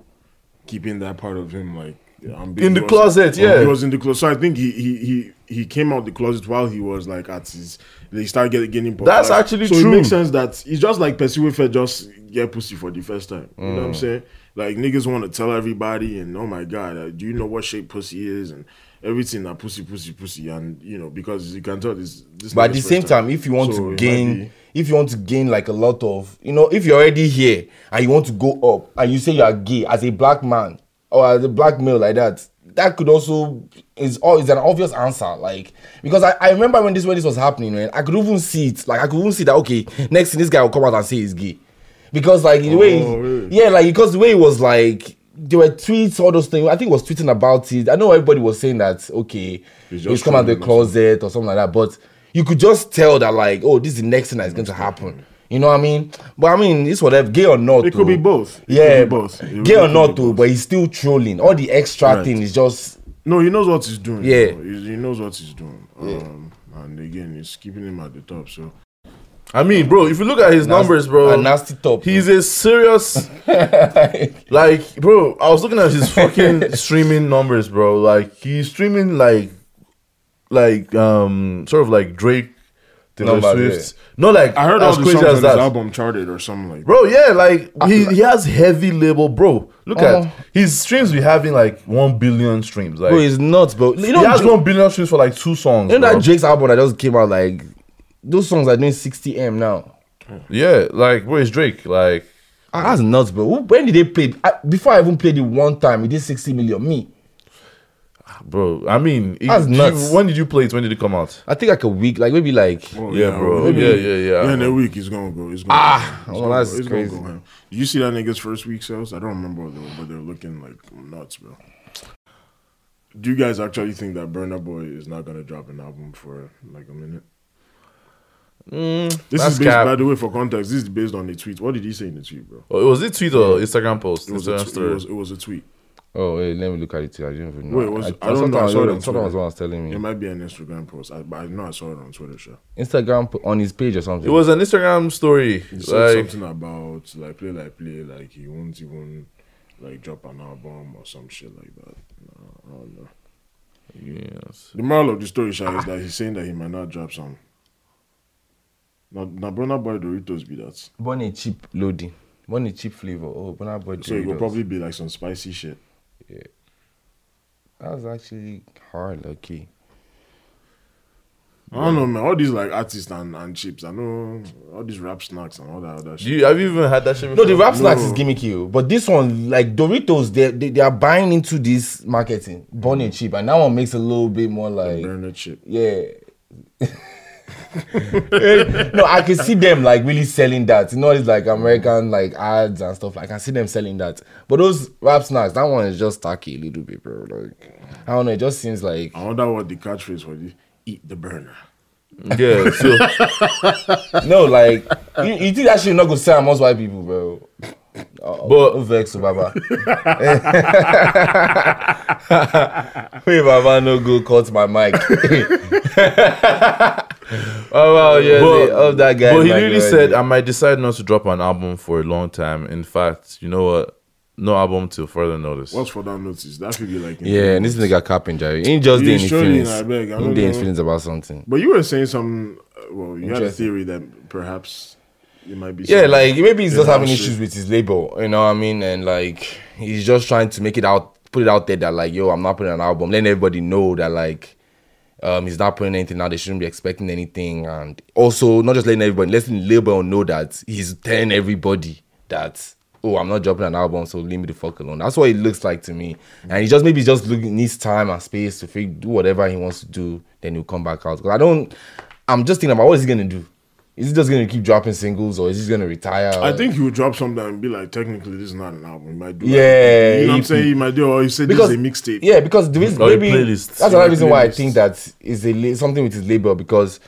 Speaker 1: keeping that part of him like ambiguous.
Speaker 2: In the closet, yeah.
Speaker 1: He was in the closet. So I think he he he, he came out the closet while he was like at his. They started getting getting
Speaker 2: That's
Speaker 1: popular.
Speaker 2: actually
Speaker 1: so
Speaker 2: true.
Speaker 1: it makes sense that it's just like Percy Fair just get pussy for the first time. You
Speaker 2: Mm.
Speaker 1: know what I'm saying? Like niggas want to tell everybody, and oh my god, uh, do you know what shape pussy is and everything that pussy pussy pussy and you know because you can tell this. this
Speaker 3: But at
Speaker 1: nigga's
Speaker 3: the
Speaker 1: first
Speaker 3: same time, if you want
Speaker 1: So it
Speaker 3: to
Speaker 1: might
Speaker 3: gain,
Speaker 1: be-
Speaker 3: if you want to gain like a lot of, you know, if you're already here and you want to go up and you say you are gay as a black man or as a black male like that, that could also is all is an obvious answer. Like because I, I remember when this when this was happening, man, I could even see it. Like I could even see that okay, next thing this guy will come out and say he's gay. Because like the way
Speaker 1: Oh, really?
Speaker 3: yeah, like because the way it was like there were tweets, all those things. I think he was tweeting about it. I know everybody was saying that okay,
Speaker 1: He's
Speaker 3: he's,
Speaker 1: just
Speaker 3: come out the
Speaker 1: trolling us.
Speaker 3: closet or something like that. But you could just tell that like, oh, this is the next thing that's going to happen. You know what I mean? But I mean, it's whatever, gay or not.
Speaker 1: It could be
Speaker 3: though.
Speaker 1: both. It could
Speaker 3: yeah,
Speaker 1: be both. It really
Speaker 3: Gay or
Speaker 1: could be
Speaker 3: not, though,
Speaker 1: both.
Speaker 3: but he's still trolling. All the extra
Speaker 1: Right.
Speaker 3: thing is just
Speaker 1: No, he knows what he's doing.
Speaker 3: Yeah.
Speaker 1: you know. he, he knows what he's doing. Um, and again, it's keeping him at the top. So
Speaker 2: I mean, bro, if you look at his
Speaker 3: nas-
Speaker 2: numbers, bro,
Speaker 3: a nasty top.
Speaker 2: He's a serious, like, bro. I was looking at his fucking streaming numbers, bro. Like, he's streaming like, like, um, sort of like Drake, Taylor
Speaker 3: Numbers,
Speaker 2: Swift. Not like
Speaker 1: I heard all
Speaker 2: as
Speaker 1: the songs
Speaker 2: crazy
Speaker 1: on
Speaker 2: as
Speaker 1: his
Speaker 2: that,
Speaker 1: album charted or something like. that.
Speaker 2: bro. Yeah, like he, he has heavy label, bro. Look
Speaker 3: Omo.
Speaker 2: at his streams. We having like one billion streams. Like,
Speaker 3: Uh-huh. bro, he's nuts, bro. You know,
Speaker 2: he has
Speaker 3: Drake-
Speaker 2: one billion streams for like two songs.
Speaker 3: you know
Speaker 2: bro.
Speaker 3: that Drake's album that just came out, like those songs are doing 60 m now.
Speaker 2: yeah, like, bro, it's Drake. Like,
Speaker 3: Ah, That's nuts, bro. Who- When did they play? I, before I even played it one time, it did 60 million. Me,
Speaker 2: bro. I mean, it-
Speaker 3: That's
Speaker 2: do you-
Speaker 3: nuts.
Speaker 2: when did you play it? When did it come out?
Speaker 3: I think like a week, like maybe like
Speaker 1: Oh,
Speaker 2: Yeah, bro.
Speaker 1: maybe-
Speaker 2: Yeah, yeah, yeah. oh,
Speaker 1: Yeah, in a week he's gonna go. He's gonna ah, go. He's
Speaker 3: well,
Speaker 1: gonna
Speaker 3: that's
Speaker 1: go. He's gonna
Speaker 3: crazy.
Speaker 1: go ham. Did you see that nigga's first week sales? I don't remember what they were, but they're looking like nuts, bro. Do you guys actually think that Burna Boy is not gonna drop an album for like a minute? This
Speaker 2: Mm, That's
Speaker 1: is based,
Speaker 2: cap.
Speaker 1: by the way, for context. This is based on the tweet. What did he say in the tweet, bro?
Speaker 2: Oh, was it tweet or Instagram post?
Speaker 1: It was, a,
Speaker 2: Instagram
Speaker 1: t- it,
Speaker 2: story.
Speaker 1: was, it was a tweet.
Speaker 3: Oh, wait, let me look at it. too. I didn't even know.
Speaker 1: Wait, was- I don't know, I
Speaker 3: sometimes
Speaker 1: saw it
Speaker 3: know
Speaker 1: on
Speaker 3: that- Sometimes
Speaker 1: Twitter.
Speaker 3: someone was telling
Speaker 1: It
Speaker 2: Mm.
Speaker 3: me.
Speaker 1: might be an Instagram post, I, but I know I saw it on Twitter. Sure,
Speaker 3: Instagram p- on his page or something.
Speaker 2: It was an Instagram story.
Speaker 1: he said
Speaker 2: Like
Speaker 1: something about like play like play, like he won't even like drop an album or some shit like that. No, I don't know.
Speaker 2: yes.
Speaker 1: The moral of the story, Sha, is that he's saying that he might not drop some. Now, now Burna Boy Doritos be that, so
Speaker 3: born a cheap loading. Born a cheap flavor. Oh, Burna Boy.
Speaker 1: it will
Speaker 3: Doritos.
Speaker 1: probably be like some spicy shit.
Speaker 3: That was actually hard, lucky.
Speaker 1: I don't know, man. All these like artists and, and chips, I know all these rap snacks and all that other
Speaker 2: Do
Speaker 1: shit.
Speaker 2: you have you even had that shit?
Speaker 3: No,
Speaker 2: Before?
Speaker 3: the rap snacks
Speaker 1: No.
Speaker 3: is gimmicky, oh, but this one, like Doritos, they, they they are buying into this marketing, born and cheap, and that one makes a little bit more like,
Speaker 1: Burner chip.
Speaker 3: yeah. no, I can see them like really selling that. You know, it's like American like ads and stuff. I can see them selling that. But those rap snacks, that one is just tacky a little bit, bro. Like, I don't know. It just seems like
Speaker 1: I wonder what the catchphrase for this eat the burner.
Speaker 2: Yeah. So
Speaker 3: no, like you, you think that shit not gonna sell amongst white people, bro. Oh,
Speaker 2: But-
Speaker 3: oh, vex, oh, Baba. Wait, Baba, no go cut my mic. oh wow, yeah,
Speaker 2: But-
Speaker 3: they- oh that guy.
Speaker 2: But he
Speaker 3: like,
Speaker 2: really
Speaker 3: already.
Speaker 2: said, I might decide not to drop an album for a long time. In fact, you know what? No album till further notice.
Speaker 1: What's for that notice? That could be like. in-
Speaker 3: "Yeah, and this nigga capping Jerry. He ain't just
Speaker 1: He
Speaker 3: doing his
Speaker 1: surely,
Speaker 3: feelings.
Speaker 1: I beg, I
Speaker 3: He
Speaker 1: don't
Speaker 3: doing his
Speaker 1: know.
Speaker 3: feelings about something.
Speaker 1: But you were saying some. uh, Well, you had a
Speaker 3: Interesting.
Speaker 1: theory that perhaps it might be.
Speaker 3: Yeah,
Speaker 1: some-
Speaker 3: like maybe he's
Speaker 1: Yeah,
Speaker 3: just having
Speaker 1: shit.
Speaker 3: issues with his label, you know what I mean? And like he's just trying to make it out, put it out there that like, yo, I'm not putting an album, letting everybody know that like, um, he's not putting anything out. They shouldn't be expecting anything, and also not just letting everybody, letting label know that he's telling everybody that, oh, I'm not dropping an album, so leave me the fuck alone. That's what it looks like to me. And he just maybe just look, needs time and space to fig- do whatever he wants to do. Then he'll come back out. 'Cause I don't, I'm just thinking about what is he gonna do. Is he just gonna keep dropping singles or is he gonna retire?
Speaker 1: I think he would drop something and be like, technically, this is not an album. He might do.
Speaker 3: Yeah,
Speaker 1: you know what I'm
Speaker 3: he-
Speaker 1: saying? He might do. Or he said
Speaker 3: because
Speaker 1: this is a mixtape.
Speaker 3: Yeah, because the reason
Speaker 2: Or a
Speaker 3: maybe
Speaker 2: playlist.
Speaker 3: that's another
Speaker 1: Yeah,
Speaker 3: reason why I
Speaker 1: playlist.
Speaker 3: think that is a la- something with his label because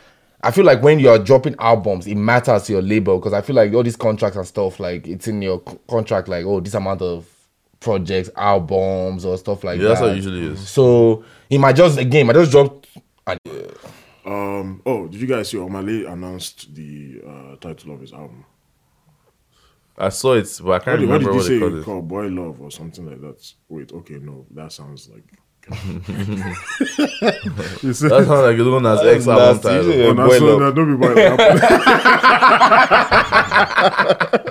Speaker 3: I feel like when you are dropping albums, it matters to your label because I feel like all these contracts and stuff like it's in your c- contract like oh this amount of projects, albums or stuff like
Speaker 2: yeah,
Speaker 3: that.
Speaker 2: that's how it usually is.
Speaker 3: So he might just again, I just dropped. and-
Speaker 1: Um. Oh, did you guys see Omale announced the uh, title of his album?
Speaker 2: I saw it, but I can't
Speaker 1: What did, what
Speaker 2: remember
Speaker 1: did you
Speaker 2: what
Speaker 1: say?
Speaker 2: they called
Speaker 1: Called,
Speaker 2: it.
Speaker 1: Boy Love or something like that. Wait. Okay. No, that sounds like. You said-
Speaker 2: That sounds like it's known as X album
Speaker 3: nasty.
Speaker 2: title.
Speaker 3: Yeah.
Speaker 1: Oh,
Speaker 3: Boy
Speaker 1: that's so,
Speaker 3: Love.
Speaker 1: that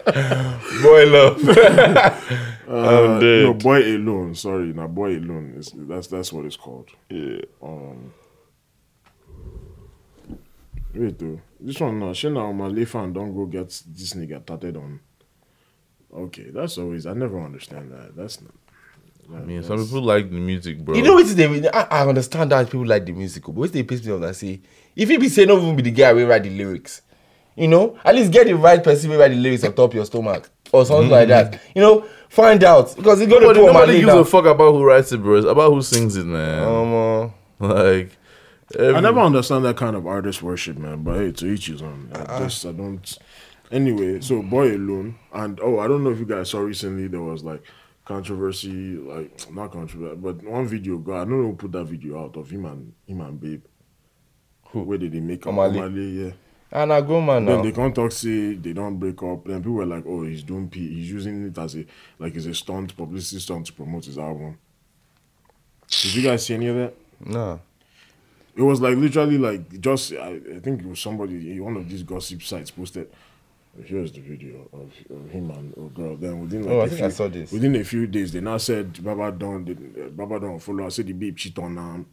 Speaker 1: don't be boy love.
Speaker 3: Boy love.
Speaker 1: Uh, no, boy alone. Sorry, now boy alone. It's, that's that's what it's called. Yeah. Um. Wait though, this one now. Shena Omale fan don't go get this nigga tatted on. Okay, that's always. I never understand that. That's not.
Speaker 2: I mean, some people like the music, bro.
Speaker 3: You know what it is? I, I understand that people like the musical, but what they piss me off and say, if he be saying, no, even be the guy will write the lyrics. You know, at least get the right person will write the lyrics on top of your stomach or something like that. You know, find out because it's gonna
Speaker 2: Mm. nobody,
Speaker 3: put on my
Speaker 2: nobody gives a
Speaker 3: leader.
Speaker 2: fuck about who writes it, bro. It's about who sings it, man.
Speaker 3: Um, uh,
Speaker 2: like, every,
Speaker 1: I never understand that kind of artist worship, man. But hey, to each his own. I just I don't. Anyway, so boy alone, and oh, I don't know if you guys saw recently there was like controversy, like not controversy, but one video. go- I don't know who put that video out of him and him and Babe. Who? Where did they make up?
Speaker 3: Omale.
Speaker 1: Omale, yeah.
Speaker 3: and a grown man
Speaker 1: Then
Speaker 3: now.
Speaker 1: they can't talk say they don't break up. Then people were like, oh, he's doing P. He's using it as a like it's a stunt, publicity stunt to promote his album. Did you guys see any of that?
Speaker 3: Nah.
Speaker 1: It was like literally like just I, I think it was somebody one of these gossip sites posted. Here's the video of, of him and a girl. Then within like
Speaker 3: Oh, I
Speaker 1: a
Speaker 3: think
Speaker 1: few,
Speaker 3: I saw this.
Speaker 1: Within a few days, they now said Baba don't uh, Baba don't follow. I said the babe cheat on him.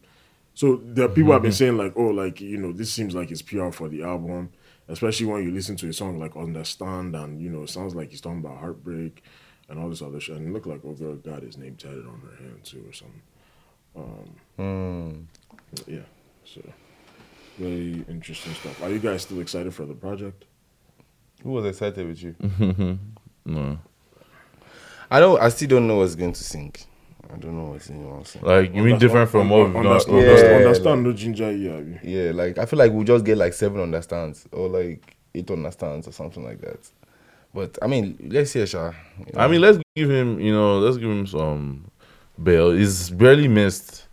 Speaker 1: So the people have
Speaker 3: Mm-hmm.
Speaker 1: been saying like, oh, like you know, this seems like it's PR for the album, especially when you listen to a song like Understand and you know, it sounds like he's talking about heartbreak and all this other shit. And it looked like oh girl got his name tatted on her hand too or something. Um,
Speaker 3: Hmm.
Speaker 1: Yeah. So really interesting stuff. Are you guys still excited for the project?
Speaker 3: Who was excited
Speaker 2: Mm.
Speaker 3: with you?
Speaker 2: no.
Speaker 3: I don't. I still don't know what's going to sing. I don't know what's in your
Speaker 2: Like you mean different from what we've done.
Speaker 1: Understand,
Speaker 2: what we've
Speaker 1: understand,
Speaker 2: done.
Speaker 3: Yeah.
Speaker 1: understand no ginger here. abi.
Speaker 3: Yeah, like I feel like we'll just get like seven understands or like eight understands or something like that. But I mean, let's hear Sha. You know?
Speaker 2: I mean, let's give him. You know, let's give him some bail. He's barely missed.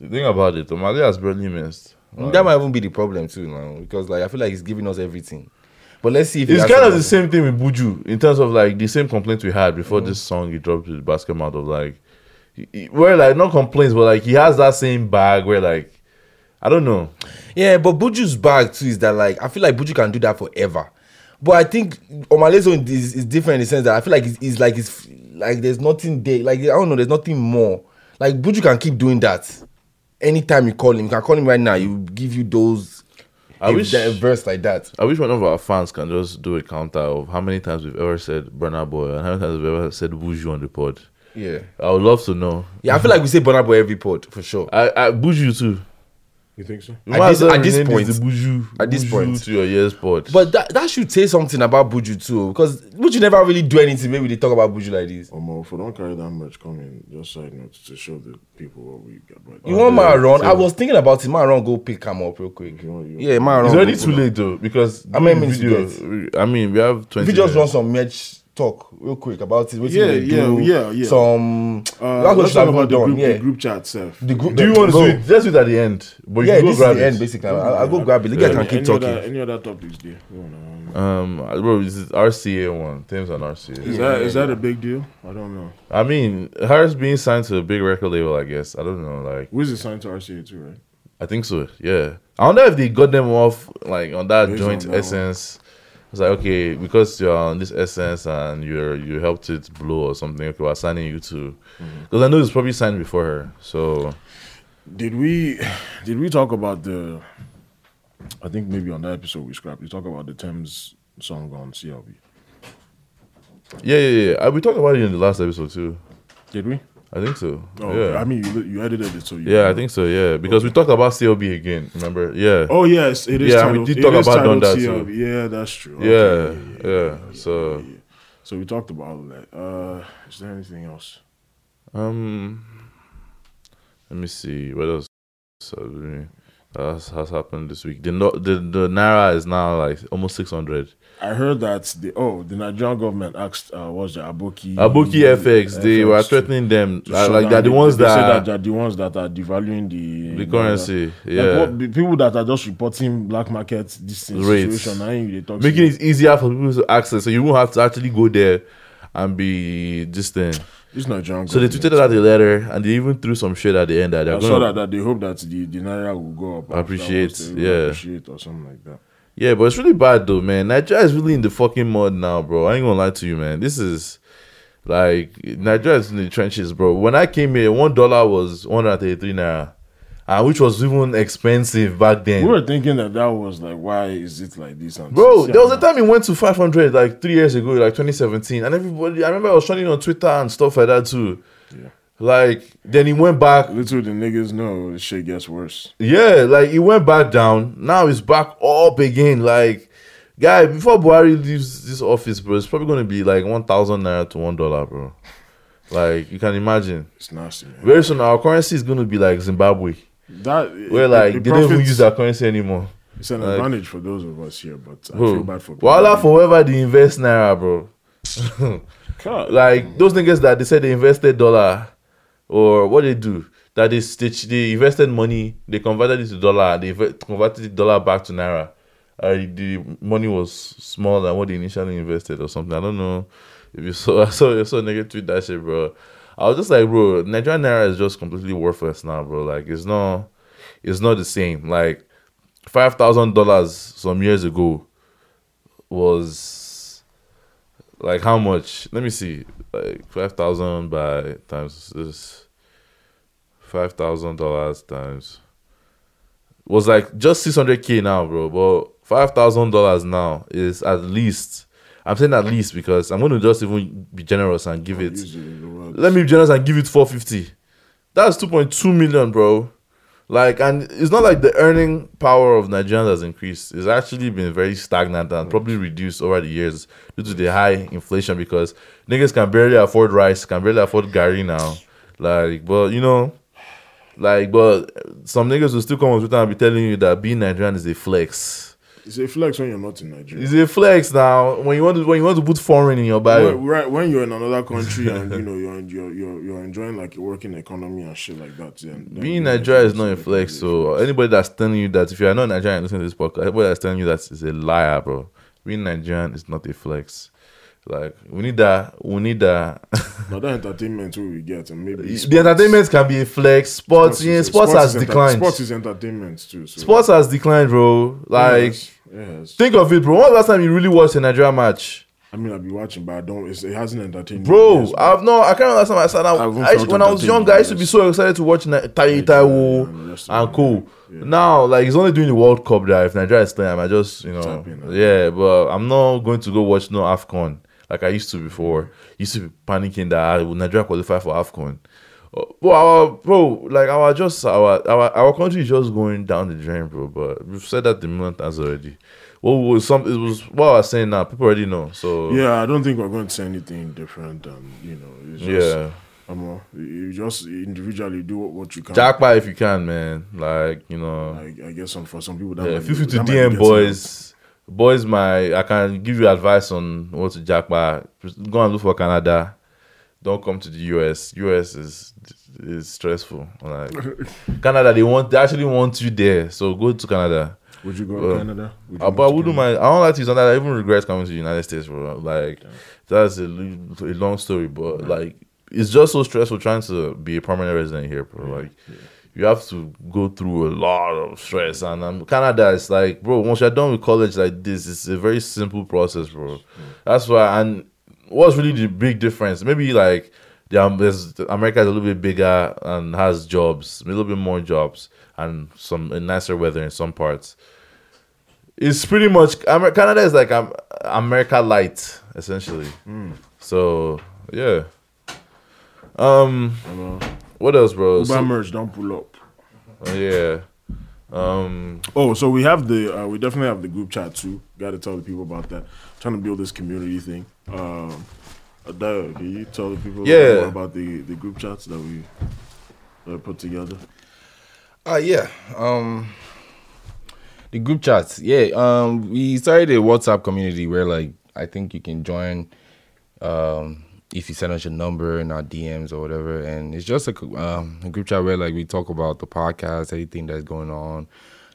Speaker 2: The thing about it, Omale has barely missed.
Speaker 3: that might even be the problem too now because like I feel like he's giving us everything. But let's see if he
Speaker 2: It's
Speaker 3: has Mm-hmm.
Speaker 2: kind of
Speaker 3: some-
Speaker 2: the same thing with Buju in terms of like the same complaint we had before this song he dropped with basket out of like, he- he- where like not complaints but like he has that same bag where like, I don't know.
Speaker 3: Yeah, but Buju's bag too is that like I feel like Buju can do that forever. But I think Omale's own is, is different in the sense that I feel like it's, it's like it's like there's nothing there. Like I don't know, there's nothing more. Like Buju can keep doing that. Anytime you call him, you can call him right now. He will give you those.
Speaker 2: I
Speaker 3: a-
Speaker 2: wish-
Speaker 3: that verse like that.
Speaker 2: I wish one of our fans can just do a counter of how many times we've ever said Burna Boy and how many times we've ever said Buju on the pod.
Speaker 3: Yeah,
Speaker 2: I would love to know.
Speaker 3: yeah. I feel like we say Burna Boy every pod for sure.
Speaker 2: I, I Buju too.
Speaker 1: You think so?
Speaker 2: You
Speaker 3: At
Speaker 2: might
Speaker 3: this-
Speaker 2: as well
Speaker 3: at this
Speaker 2: rename
Speaker 3: point-
Speaker 2: the Buju,
Speaker 3: at this
Speaker 2: Buju
Speaker 3: point.
Speaker 2: to your ears pod.
Speaker 3: But that, that should say something about Buju too, because Buju never really do anything. Maybe they talk about Buju like this.
Speaker 1: Omo, if we Um, don't carry that much coming, just side note to show the people what we got. But uh,
Speaker 3: You want my run? I was thinking about it. My run, go pick him up real quick.
Speaker 1: You want- you-
Speaker 3: Yeah, my run.
Speaker 2: it's already too late though because
Speaker 3: How many
Speaker 2: the
Speaker 3: minutes you
Speaker 2: video- I mean, we have twenty.
Speaker 3: If you just
Speaker 2: minutes.
Speaker 3: run some match talk real quick about it, what
Speaker 1: Yeah,
Speaker 3: they
Speaker 1: yeah,
Speaker 3: do,
Speaker 1: yeah, yeah.
Speaker 3: Some
Speaker 1: Uh,
Speaker 3: that's what
Speaker 1: let's
Speaker 3: should
Speaker 1: talk
Speaker 3: have been
Speaker 1: about the
Speaker 3: done.
Speaker 1: group,
Speaker 3: yeah,
Speaker 1: the group chat self.
Speaker 3: The group-
Speaker 2: Do you want to
Speaker 3: Go.
Speaker 2: do it? Let's do it at the end. But you
Speaker 3: yeah,
Speaker 2: can go
Speaker 3: this
Speaker 2: grab
Speaker 3: is the
Speaker 2: it.
Speaker 3: end basically. I'll, I'll go grab it. The guy can keep
Speaker 1: any
Speaker 3: talking.
Speaker 1: Other, any other topics there? Go on, um,
Speaker 2: Um, bro, this is RCA one. Thames on RCA.
Speaker 1: Is that is that a big deal? I don't know.
Speaker 2: I mean, Harris being signed to a big record label, I guess. I don't know. Like,
Speaker 1: Wiz is signed to RCA too, right?
Speaker 2: I think so. Yeah. I don't know if they got them off like on that
Speaker 1: Based
Speaker 2: joint
Speaker 1: on that one.
Speaker 2: essence. It's like okay, because you're on this essence and you're you helped it blow or something. Okay, we're signing you too.
Speaker 1: Mm-hmm.
Speaker 2: Because I know it's probably signed before her. So
Speaker 1: Did we did we talk about the? I think maybe on that episode we scrapped. We talk about the Thames song on CLB.
Speaker 2: yeah, yeah, yeah. I, we talked about it in the last episode too.
Speaker 1: Did we?
Speaker 2: I think so.
Speaker 1: Oh,
Speaker 2: yeah.
Speaker 1: I mean, you, li- you edited it, so you
Speaker 2: Yeah, I think so. Yeah, because we talked about CLB again. Remember? Yeah.
Speaker 1: Oh yes, it is.
Speaker 2: Yeah,
Speaker 1: titled,
Speaker 2: we did
Speaker 1: it
Speaker 2: talk
Speaker 1: is
Speaker 2: about
Speaker 1: titled
Speaker 2: Donda too.
Speaker 1: CLB. Yeah, that's true. Okay,
Speaker 2: yeah, yeah, So,
Speaker 1: yeah. So we talked about all of that. Uh, is there anything else?
Speaker 2: um, let me see what else. So, uh, has, has happened this week. The, no, the the naira is now like almost six hundred.
Speaker 1: I heard that the oh the Nigerian government asked uh, what's the Aboki
Speaker 2: Aboki FX, they were
Speaker 1: to-
Speaker 2: threatening them.
Speaker 1: to
Speaker 2: Like,
Speaker 1: shut
Speaker 2: like
Speaker 1: down
Speaker 2: they're the
Speaker 1: the-
Speaker 2: ones
Speaker 1: they said
Speaker 2: that,
Speaker 1: they're the ones that are devaluing the
Speaker 2: the currency.
Speaker 1: Like,
Speaker 2: Yeah,
Speaker 1: what- the people that are just reporting black market this thing,
Speaker 2: Rates.
Speaker 1: situation. I ain't really talking.
Speaker 2: making it easier for people to access, so you won't have to actually go there and be this thing.
Speaker 1: it's Nigerian.
Speaker 2: So they
Speaker 1: government.
Speaker 2: tweeted out the letter, and they even threw some shit at the end that they're
Speaker 1: I saw
Speaker 2: going to
Speaker 1: that, that they hope that the, the naira will go up.
Speaker 2: Appreciate,
Speaker 1: afterwards, they will
Speaker 2: yeah.
Speaker 1: appreciate or something like that.
Speaker 2: Yeah, but it's really bad though, man. Nigeria is really in the fucking mud now, bro. I ain't gonna lie to you, man. This is like Nigeria is in the trenches, bro. When I came here, one dollar was one hundred thirty-three naira, uh, which was even expensive back
Speaker 1: We
Speaker 2: then.
Speaker 1: were thinking that that was like, why is it like this? And
Speaker 2: Bro,
Speaker 1: see,
Speaker 2: there was
Speaker 1: I'm
Speaker 2: a time it went to five hundred like three years ago, like twenty seventeen, and everybody. I remember I was trending on Twitter and stuff like that too.
Speaker 1: Yeah.
Speaker 2: Like then it went back.
Speaker 1: Little the niggas know this shit gets worse.
Speaker 2: Yeah, like it went back down. Now it's back up again. Like, guy, before Buhari leaves this office, bro, it's probably gonna be like one thousand naira to one dollar, bro. Like you can imagine.
Speaker 1: It's nasty, man.
Speaker 2: Very soon our currency is gonna be like Zimbabwe.
Speaker 1: That
Speaker 2: Where
Speaker 1: it-
Speaker 2: like
Speaker 1: it
Speaker 2: they don't even
Speaker 1: profits-
Speaker 2: use our currency anymore.
Speaker 1: It's an
Speaker 2: like-
Speaker 1: advantage for those of us here, but I feel
Speaker 2: Who?
Speaker 1: bad for people.
Speaker 2: Voila for whoever they invest naira, bro.
Speaker 1: God.
Speaker 2: Like those niggas that they said they invested dollar or what they do. That is they, they invested money, they converted it to dollar, they inve- converted the dollar back to naira. Uh, the money was smaller than what they initially invested or something. I don't know if you saw I saw I saw a nigga tweet that shit, bro. I was just like, bro, Nigerian naira is just completely worthless now, bro. Like it's not it's not the same. Like five thousand dollars some years ago was like how much? Let me see. Like five thousand by times this five thousand dollars times was like just six hundred K now, bro. But five thousand dollars now is at least I'm saying at least because I'm gonna just even be generous and give it
Speaker 1: Usually the world-
Speaker 2: let me be generous and give it 450 that's 2.2 million bro like and it's not like the earning power of nigerians has increased it's actually been very stagnant and probably reduced over the years due to the high inflation because niggas can barely afford rice can barely afford gari now Like, but you know, like, but some niggas will still come on Twitter and be telling you that being Nigerian is a flex.
Speaker 1: It's a flex when you're not in Nigeria.
Speaker 2: It's a flex now. When you want to, when you want to put foreign in your
Speaker 1: When,
Speaker 2: bio,
Speaker 1: right when you're in another country and you know you're, you're you're you're enjoying like a working economy and shit like that. Then, then
Speaker 2: being Nigerian is not a
Speaker 1: it's
Speaker 2: flex. So anybody that's telling you that if you are not Nigerian, listen to this podcast. Anybody that's telling you that is a liar, bro. Being Nigerian is not a flex. Like we need that. We need that.
Speaker 1: But that entertainment we get and maybe
Speaker 2: the entertainment can be a flex. Sports, yeah,
Speaker 1: is-
Speaker 2: sports, has
Speaker 1: is enter-
Speaker 2: declined.
Speaker 1: Sports is entertainment too. So
Speaker 2: sports has declined, bro. Like
Speaker 1: yes, yes.
Speaker 2: think of it, bro. When was the last time you really watched a Nigerian match?
Speaker 1: I mean, I'll be watching, but I don't. It's, it hasn't entertained. me
Speaker 2: Bro,
Speaker 1: years,
Speaker 2: I've no, I can't understand. I said, I,
Speaker 1: haven't
Speaker 2: I,
Speaker 1: felt
Speaker 2: when I was
Speaker 1: entertained
Speaker 2: young,
Speaker 1: by
Speaker 2: I used to
Speaker 1: this.
Speaker 2: be so excited to watch Na- Tai
Speaker 1: yeah, and the
Speaker 2: Taiwo
Speaker 1: rest of
Speaker 2: and
Speaker 1: it,
Speaker 2: cool.
Speaker 1: yeah.
Speaker 2: Now, like, it's only during the World Cup that if Nigeria is playing, I just, you know,
Speaker 1: Tap in, huh?
Speaker 2: yeah, but I'm not going to go watch no AFCON like I used to before.
Speaker 1: Mm-hmm.
Speaker 2: Used to be panicking that ah, will Nigeria qualify for AFCON. Uh, Bro, our, bro, like our just our, our our country is just going down the drain, bro. But we've said that the million times already. Well, was some it was what I was saying now. People already know. So
Speaker 1: yeah, I don't think we're going to say anything different. And you know, it's just,
Speaker 2: yeah.
Speaker 1: Omo, you- you just individually do what, what you can.
Speaker 2: jackpot if you can, man. Like you know,
Speaker 1: I, I guess some for some people that
Speaker 2: yeah,
Speaker 1: might
Speaker 2: feel
Speaker 1: be-
Speaker 2: free to
Speaker 1: that might be
Speaker 2: DM
Speaker 1: getting
Speaker 2: boys. Boys, my I can give you advice on what to jackpot. Just Go and look for Canada. Don't come to the US. US is is stressful. Like Canada, they want they actually want you there. So go to Canada.
Speaker 1: up. Would you go
Speaker 2: Well,
Speaker 1: to Canada? Would you
Speaker 2: Uh, but I
Speaker 1: want to
Speaker 2: wouldn't mind. I don't like to use that. I even regret coming to the United States, bro. Like that's a, lo- a long story, but like it's just so stressful trying to be a permanent resident here, bro. Like you have to go through a lot of stress, and um, Canada is like, bro. Once you're done with college like this, it's a very simple process, bro. That's why. And what's really the big difference? Maybe like the, um, there's, the America is a little bit bigger and has jobs, a little bit more jobs, and some and nicer weather in some parts it's pretty much Amer- Canada is like um, America light essentially.
Speaker 3: Hmm.
Speaker 2: So yeah. Um, what else, bro?
Speaker 1: Uber
Speaker 2: So-
Speaker 1: merge, don't pull up.
Speaker 2: yeah. Um,
Speaker 1: Oh, so we have the uh, we definitely have the group chat too. Got to tell the people about that. trying to build this community thing. Um, Adayo, can you tell the people
Speaker 2: Yeah.
Speaker 1: more about the the group chats that we uh, put together?
Speaker 3: Ah, yeah. Um, the group chat. Yeah. Um, we started a WhatsApp community where, like, I think you can join. Um, if you send us your number in our DMs or whatever, and it's just a, co- um, a group chat where, like, we talk about the podcast, anything that's going on,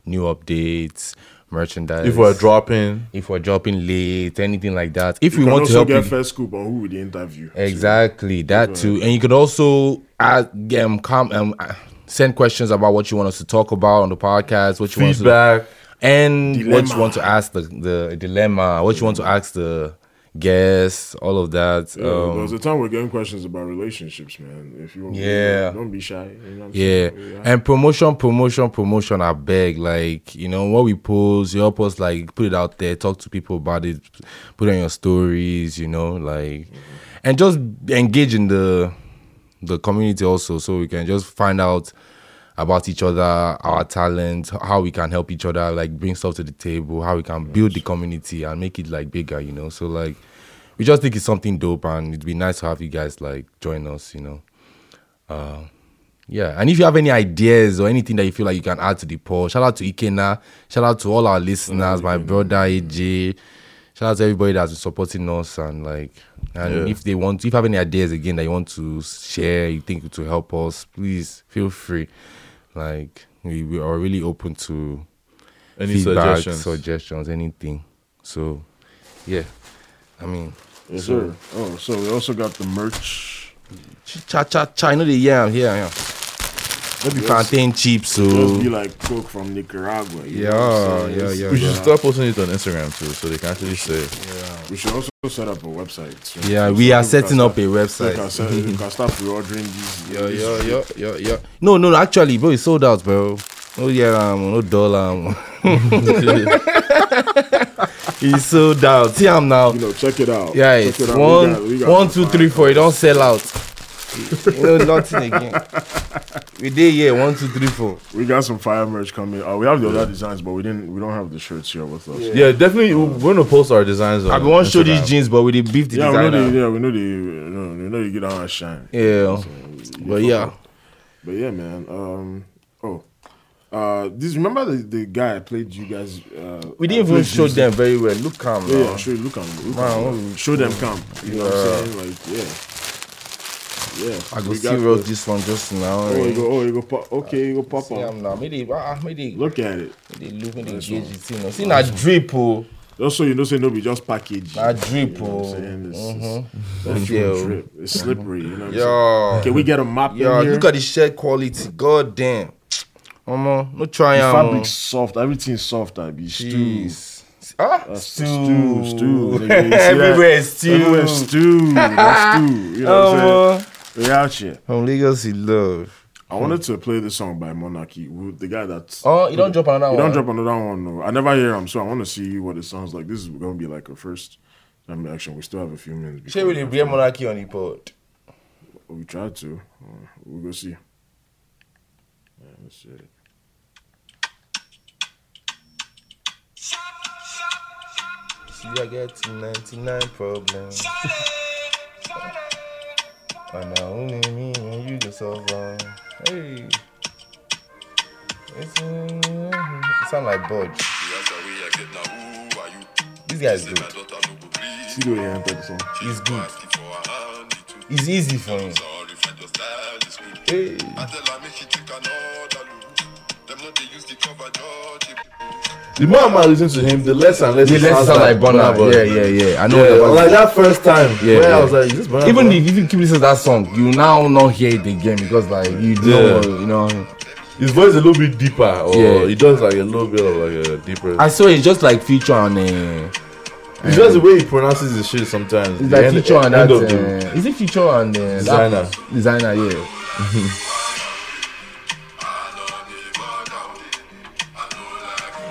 Speaker 3: new updates, merchandise.
Speaker 2: if we're dropping,
Speaker 3: if we're dropping late, anything like that. If we
Speaker 1: can
Speaker 3: want to
Speaker 1: also
Speaker 3: help
Speaker 1: get
Speaker 3: you,
Speaker 1: first scoop on who we the interview. So,
Speaker 3: Exactly that too, and you could also add, get, um, com, um, uh, send questions about what you want us to talk about on the podcast, what you want
Speaker 2: feedback.
Speaker 3: us to, and what you
Speaker 1: Dilemma.
Speaker 3: want to ask the the dilemma, what you want to ask the guests, all of that.
Speaker 1: yeah,
Speaker 3: um,
Speaker 1: there was a time we're getting questions about relationships, man. If you want,
Speaker 3: Yeah.
Speaker 1: don't be shy. You know what I'm
Speaker 3: Yeah.
Speaker 1: saying?
Speaker 3: And promotion, promotion, promotion, I beg. Like, you know, what we post, you help us like put it out there, talk to people about it, put it on your stories, you know, like and just engage in the the community also so we can just find out about each other, our talent, how we can help each other, like bring stuff to the table, how we can build the community and make it like bigger, you know. So like we just think it's something dope and it'd be nice to have you guys like join us, you know. Yeah, and if you have any ideas or anything that you feel like you can add to the poll, shout out to Ikena, shout out to all our listeners, my brother AJ, shout out to everybody that's been supporting us and like, and
Speaker 2: Yeah.
Speaker 3: if they want, if you have any ideas again that you want to share, you think to help us, please feel free. Like we, we are really open to
Speaker 2: Any
Speaker 3: feedback,
Speaker 2: suggestions?
Speaker 3: suggestions, anything. So, yeah, I mean,
Speaker 1: Yes, sir. Oh, so we also got the merch.
Speaker 3: cha cha cha, you know the yeah, yeah, yeah. Don't be plantain chips, so.
Speaker 1: Just be like Coke from Nicaragua. you
Speaker 3: Yeah,
Speaker 1: know what I'm saying?
Speaker 3: yeah, yeah,
Speaker 2: We should
Speaker 3: yeah.
Speaker 2: start posting it on Instagram too, so they can actually say.
Speaker 1: We should also set up a website. so-
Speaker 3: Yeah,
Speaker 1: so
Speaker 3: we
Speaker 1: people
Speaker 3: are
Speaker 1: can
Speaker 3: setting up
Speaker 1: start-
Speaker 3: a
Speaker 1: so we can
Speaker 3: website.
Speaker 1: start- we can start pre-ordering these.
Speaker 3: Yo,
Speaker 1: these
Speaker 3: yo, yo, yo, yo. No, no, no, actually, bro, it's sold out, bro. Oh yeah, um, no dollar. Um. it's sold out. See, I'm now.
Speaker 1: you know, check it out.
Speaker 3: Yeah,
Speaker 1: check
Speaker 3: it's
Speaker 1: it out. We
Speaker 3: one,
Speaker 1: got- we got
Speaker 3: one,
Speaker 1: some
Speaker 3: two, three,
Speaker 1: fire.
Speaker 3: four. It don't sell out. you know, nothing again. We did, yeah. One, two, three, four.
Speaker 1: We got some fire merch coming. Uh, we have the other designs, but we didn't. We don't have the shirts here with us. Yeah,
Speaker 2: Yeah, definitely. We're gonna post our designs. On
Speaker 3: I been want to show these
Speaker 2: Instagram.
Speaker 3: jeans, but we did beef the
Speaker 1: we know
Speaker 3: designer.
Speaker 1: the. Yeah, we know the. No, we know you get on our shine.
Speaker 3: Yeah. But yeah,
Speaker 1: But yeah, man. Um, oh, uh, this remember the, the guy I played you guys. Uh,
Speaker 3: we
Speaker 1: I
Speaker 3: didn't even
Speaker 1: played
Speaker 3: show
Speaker 1: you-
Speaker 3: them very well. Look calm
Speaker 1: Yeah,
Speaker 3: now.
Speaker 1: yeah, sure. Look at them.
Speaker 3: Man,
Speaker 1: show them come. You know what I'm saying? Like, yeah, yeah.
Speaker 3: I go
Speaker 1: We
Speaker 3: still
Speaker 1: got-
Speaker 3: wrote this one just now.
Speaker 1: Oh, you
Speaker 3: eh.
Speaker 1: go. Oh, you go. Pop, okay, you go pop
Speaker 3: See
Speaker 1: up.
Speaker 3: am now. Make they, ah, ah, make they, make
Speaker 1: Look at it.
Speaker 3: they look, make they gauge the thing. oh. See na drip oh,
Speaker 1: Just so you know, say no, be just package.
Speaker 3: na drip
Speaker 1: You know what
Speaker 3: oh.
Speaker 1: I'm saying? It's,
Speaker 3: Mhm.
Speaker 1: it's, that's
Speaker 3: Yeah,
Speaker 1: true
Speaker 3: oh.
Speaker 1: drip. It's slippery. You know what I'm
Speaker 3: Yo,
Speaker 1: saying? Can we get a mop
Speaker 3: yo,
Speaker 1: in here?
Speaker 3: look at the shirt quality. God damn, Omo, no try
Speaker 1: the
Speaker 3: am.
Speaker 1: fabric's soft. Everything's soft. I be stew.
Speaker 3: Jeez. Ah,
Speaker 1: That's
Speaker 3: stew.
Speaker 1: stew, stew. Nigga, you see that?
Speaker 3: Everywhere is stew. Oh,
Speaker 1: Everywhere stew. That's stew. You know what I'm
Speaker 3: Omo.
Speaker 1: saying? We out here.
Speaker 3: From Lagos, he love.
Speaker 1: I wanted to play this song by Monarchy, who- the guy that's.
Speaker 3: Oh, you don't drop another
Speaker 1: You
Speaker 3: one.
Speaker 1: don't drop another one, no. I never hear him, so I want to see what it sounds like. This is going to be like a first time reaction. We still have a few minutes.
Speaker 3: Share with the
Speaker 1: before-
Speaker 3: real monarchy on the board.
Speaker 1: We tried to. Uh, We'll go see. Yeah, let's see it.
Speaker 3: See, I got 99 problems. And now only me and you get so wrong. Hey. It's, uh, it sound like Budge. This guy is good.
Speaker 1: See the way he entered the song.
Speaker 3: He's good. It's easy for him. Hey.
Speaker 2: The more I'm listening to him, the less and less
Speaker 3: The
Speaker 2: it sounds
Speaker 3: less sound like Burna Boy.
Speaker 2: Yeah,
Speaker 3: Yeah, yeah, yeah. I know
Speaker 2: yeah.
Speaker 3: what
Speaker 2: like that first time,
Speaker 3: Yeah,
Speaker 2: yeah, where
Speaker 3: yeah.
Speaker 2: I was like, is this Burna
Speaker 3: Even
Speaker 2: Boy?
Speaker 3: if you keep listening to that song, you now not hear it again because like you know,
Speaker 2: Yeah.
Speaker 3: you know.
Speaker 2: his voice is a little bit deeper, or
Speaker 3: Yeah.
Speaker 2: he does like a little bit of like a deeper.
Speaker 3: I saw it's just like Future and uh,
Speaker 2: it's just the way he pronounces his shit sometimes.
Speaker 3: it's
Speaker 2: The
Speaker 3: like
Speaker 2: end-
Speaker 3: Future and that.
Speaker 2: end
Speaker 3: Uh,
Speaker 2: of the-
Speaker 3: is it Future and uh,
Speaker 2: Designer.
Speaker 3: That, designer, yeah.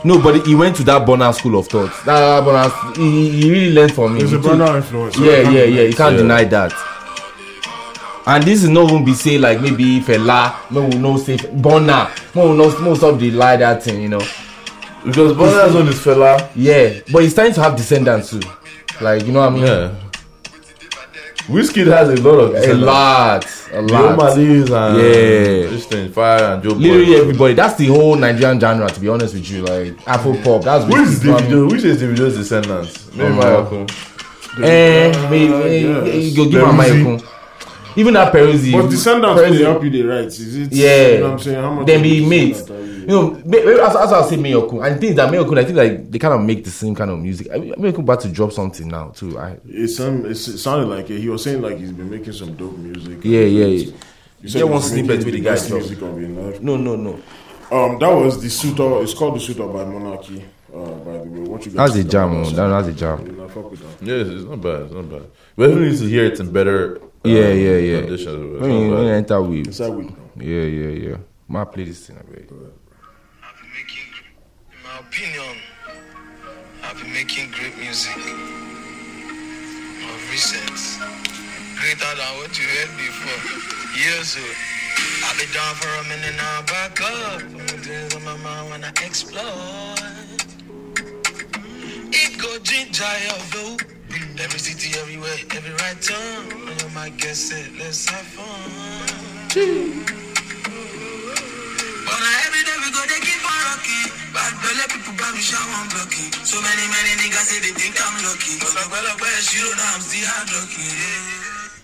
Speaker 3: No, but he went to that Bonner school of thought. That Bonner, he, he really learned from him.
Speaker 1: It's a
Speaker 3: He took-
Speaker 1: burnout influence. so
Speaker 3: yeah,
Speaker 1: I can't
Speaker 3: yeah,
Speaker 1: deny
Speaker 3: yeah. You
Speaker 1: it.
Speaker 3: can't
Speaker 2: Yeah.
Speaker 3: deny that. And this is not even be say like maybe Fela, no, no, say Bona, no, no, no, stop the lie that thing, you know.
Speaker 2: because Burna's on this fella.
Speaker 3: Yeah, but he's starting to have descendants too. Like you know what I mean?
Speaker 2: Yeah, Whiskey has a lot of
Speaker 3: A lot, a lot.
Speaker 2: Lees and
Speaker 3: Yeah.
Speaker 2: this thing, fire and Joe.
Speaker 3: Literally
Speaker 2: Budden.
Speaker 3: everybody. That's the whole Nigerian genre, to be honest with you. Like Afro pop. That's
Speaker 2: Which is
Speaker 3: you know what I mean?
Speaker 2: Davido? Which is Davido's descendants? Maybe
Speaker 3: Um,
Speaker 2: Mayakun.
Speaker 3: Eh, maybe,
Speaker 1: Uh,
Speaker 3: eh,
Speaker 1: yes.
Speaker 3: you go give him
Speaker 1: Peruzzi.
Speaker 3: Michael. Even that Peruzzi.
Speaker 1: But descendants
Speaker 3: Peruzzi-
Speaker 1: they help you the rights, is it?
Speaker 3: Yeah.
Speaker 1: You know what I'm saying? How much
Speaker 3: Then
Speaker 1: of
Speaker 3: be
Speaker 1: the
Speaker 3: mates.
Speaker 1: descendants are
Speaker 3: You
Speaker 1: you?
Speaker 3: know, may- maybe as, as I say Meyokun. And the thing is that Meyokun, I think like they kind of make the same kind of music. I mean, Meyokun about to drop something now too. I
Speaker 1: It's some. It's, it sounded like it. he was saying like he's been making some dope music.
Speaker 3: Yeah, yeah, yeah.
Speaker 1: You
Speaker 3: Get one
Speaker 1: he's
Speaker 3: snippet
Speaker 1: making
Speaker 3: with the
Speaker 1: best
Speaker 3: guy,
Speaker 1: music of your life.
Speaker 3: no no no.
Speaker 1: Um, that was the suitor. It's called the suitor by Monarchy. Uh, by the way, what you guys?
Speaker 3: That's a
Speaker 1: think
Speaker 3: jam.
Speaker 1: about
Speaker 3: oh.
Speaker 1: that
Speaker 3: That,
Speaker 1: song?
Speaker 3: that's a jam.
Speaker 1: You know, I fuck with that.
Speaker 2: Yeah, it's it's not bad. It's not bad. But who needs to hear it in better? uh,
Speaker 3: Yeah yeah yeah.
Speaker 2: Conditions, but it's
Speaker 3: When you,
Speaker 2: not
Speaker 3: when you
Speaker 2: bad.
Speaker 3: enter with
Speaker 1: It's that week. now.
Speaker 3: yeah yeah yeah. My play this thing, I bet.
Speaker 5: I've been making, in my opinion, I've been making great music of recent, greater than what you heard before. Years ago, I've been down for a minute now, back up. Things on my mind when I explore. It go ginger your view. Every city, everywhere, every right turn. When you might guess it, let's have fun. But now every day we go, they keep on rocking. Bad belly people buy me shower and blocking. So many, many niggas say they think I'm lucky. But like, well, well, she don't know I'm still hard lucky. Yeah.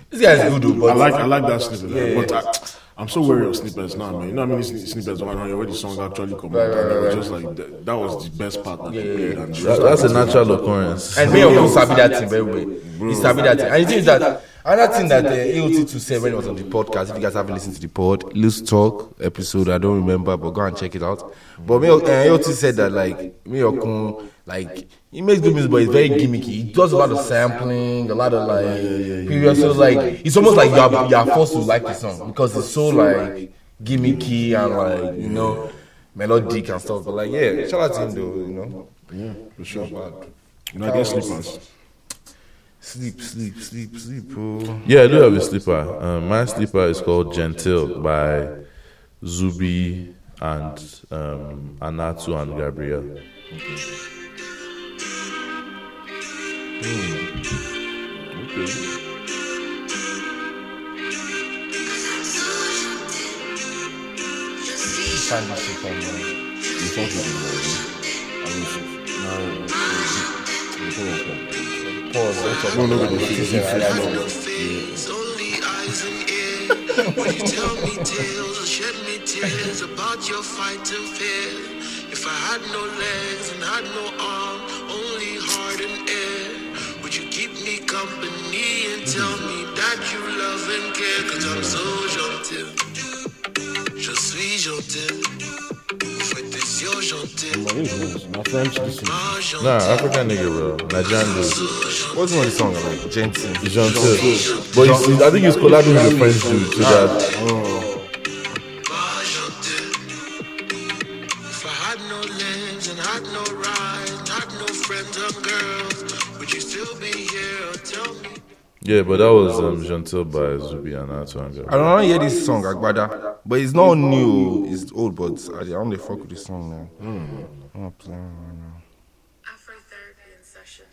Speaker 3: This guy's good, oh, but
Speaker 1: I like I like that snippet. but I, I'm so wary of snippets now, man. You know how many sni- snippets when I hear where the song actually come out. and it was just like that, that was the best part that you played. And
Speaker 2: That- that's a natural occurrence.
Speaker 3: And Mayor Kun sabi that thing very well. He sabi that thing. And the thing is that another thing that uh, AOT2 said when it was on the podcast, if you guys haven't listened to the pod, Loose Talk episode, I don't remember, but go and check it out. But Mayor, uh, AOT said that like Mayor Kun, like he makes good music, but it's very gimmicky. He does a lot of sampling, a lot of like previous. So like it's almost like you are, you are forced to like the song because it's so like gimmicky and like you know melodic and stuff. But like yeah, shout out to him though, you know.
Speaker 1: yeah, for sure. You know, I get slippers.
Speaker 3: Sleep, sleep, sleep, sleep, oh.
Speaker 2: Yeah, I do have a sleeper. Um, my sleeper is called Gentil by Zubi and um, Anatu and Gabriel.
Speaker 5: Sugar
Speaker 3: find this shit on man.
Speaker 1: You fuck with it, bro. I mean, shit. No, no, no.
Speaker 3: Pause. Don't talk
Speaker 1: No, no,
Speaker 3: about
Speaker 1: no, no.
Speaker 3: it. This is
Speaker 1: Yeah,
Speaker 3: a-
Speaker 1: yeah,
Speaker 3: I know.
Speaker 5: It's only eyes and ears. When you tell me tales or shed me tears about your fight and fear. If I had no legs and had no arm, only heart and air, would you keep me company and tell me that you love and care? Cause I'm so gentil. Je suis gentil. Vous faites des yeux gentils.
Speaker 1: It is nice. My French listen.
Speaker 5: Ah, gentil.
Speaker 2: Nah, African nigga, bro. Nigerian dude.
Speaker 3: What's the song about? Jensen.
Speaker 2: Jean But he's, he's- I think he's collabing with a French dude so that
Speaker 5: Why you did? If I had no legs and had no rights, had no friends uh, and girls, would you still be here or tell me?
Speaker 2: yeah, but that was um Gentil by Zubi and Atwanga.
Speaker 3: I don't hear this song, Agbada. But it's not new. It's old, but I don't really fuck with this song now. I'm not playing right now.
Speaker 6: Afrotherapy in session.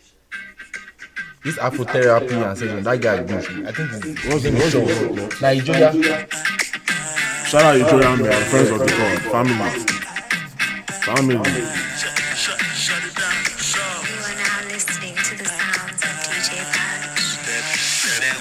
Speaker 3: This Afrotherapy and session, that guy good. I think it's what's the what's Nigeria.
Speaker 1: Shout out to Joey Amber, friends of the God, family. Family.
Speaker 7: You are now listening to the sounds of DJ Fudge.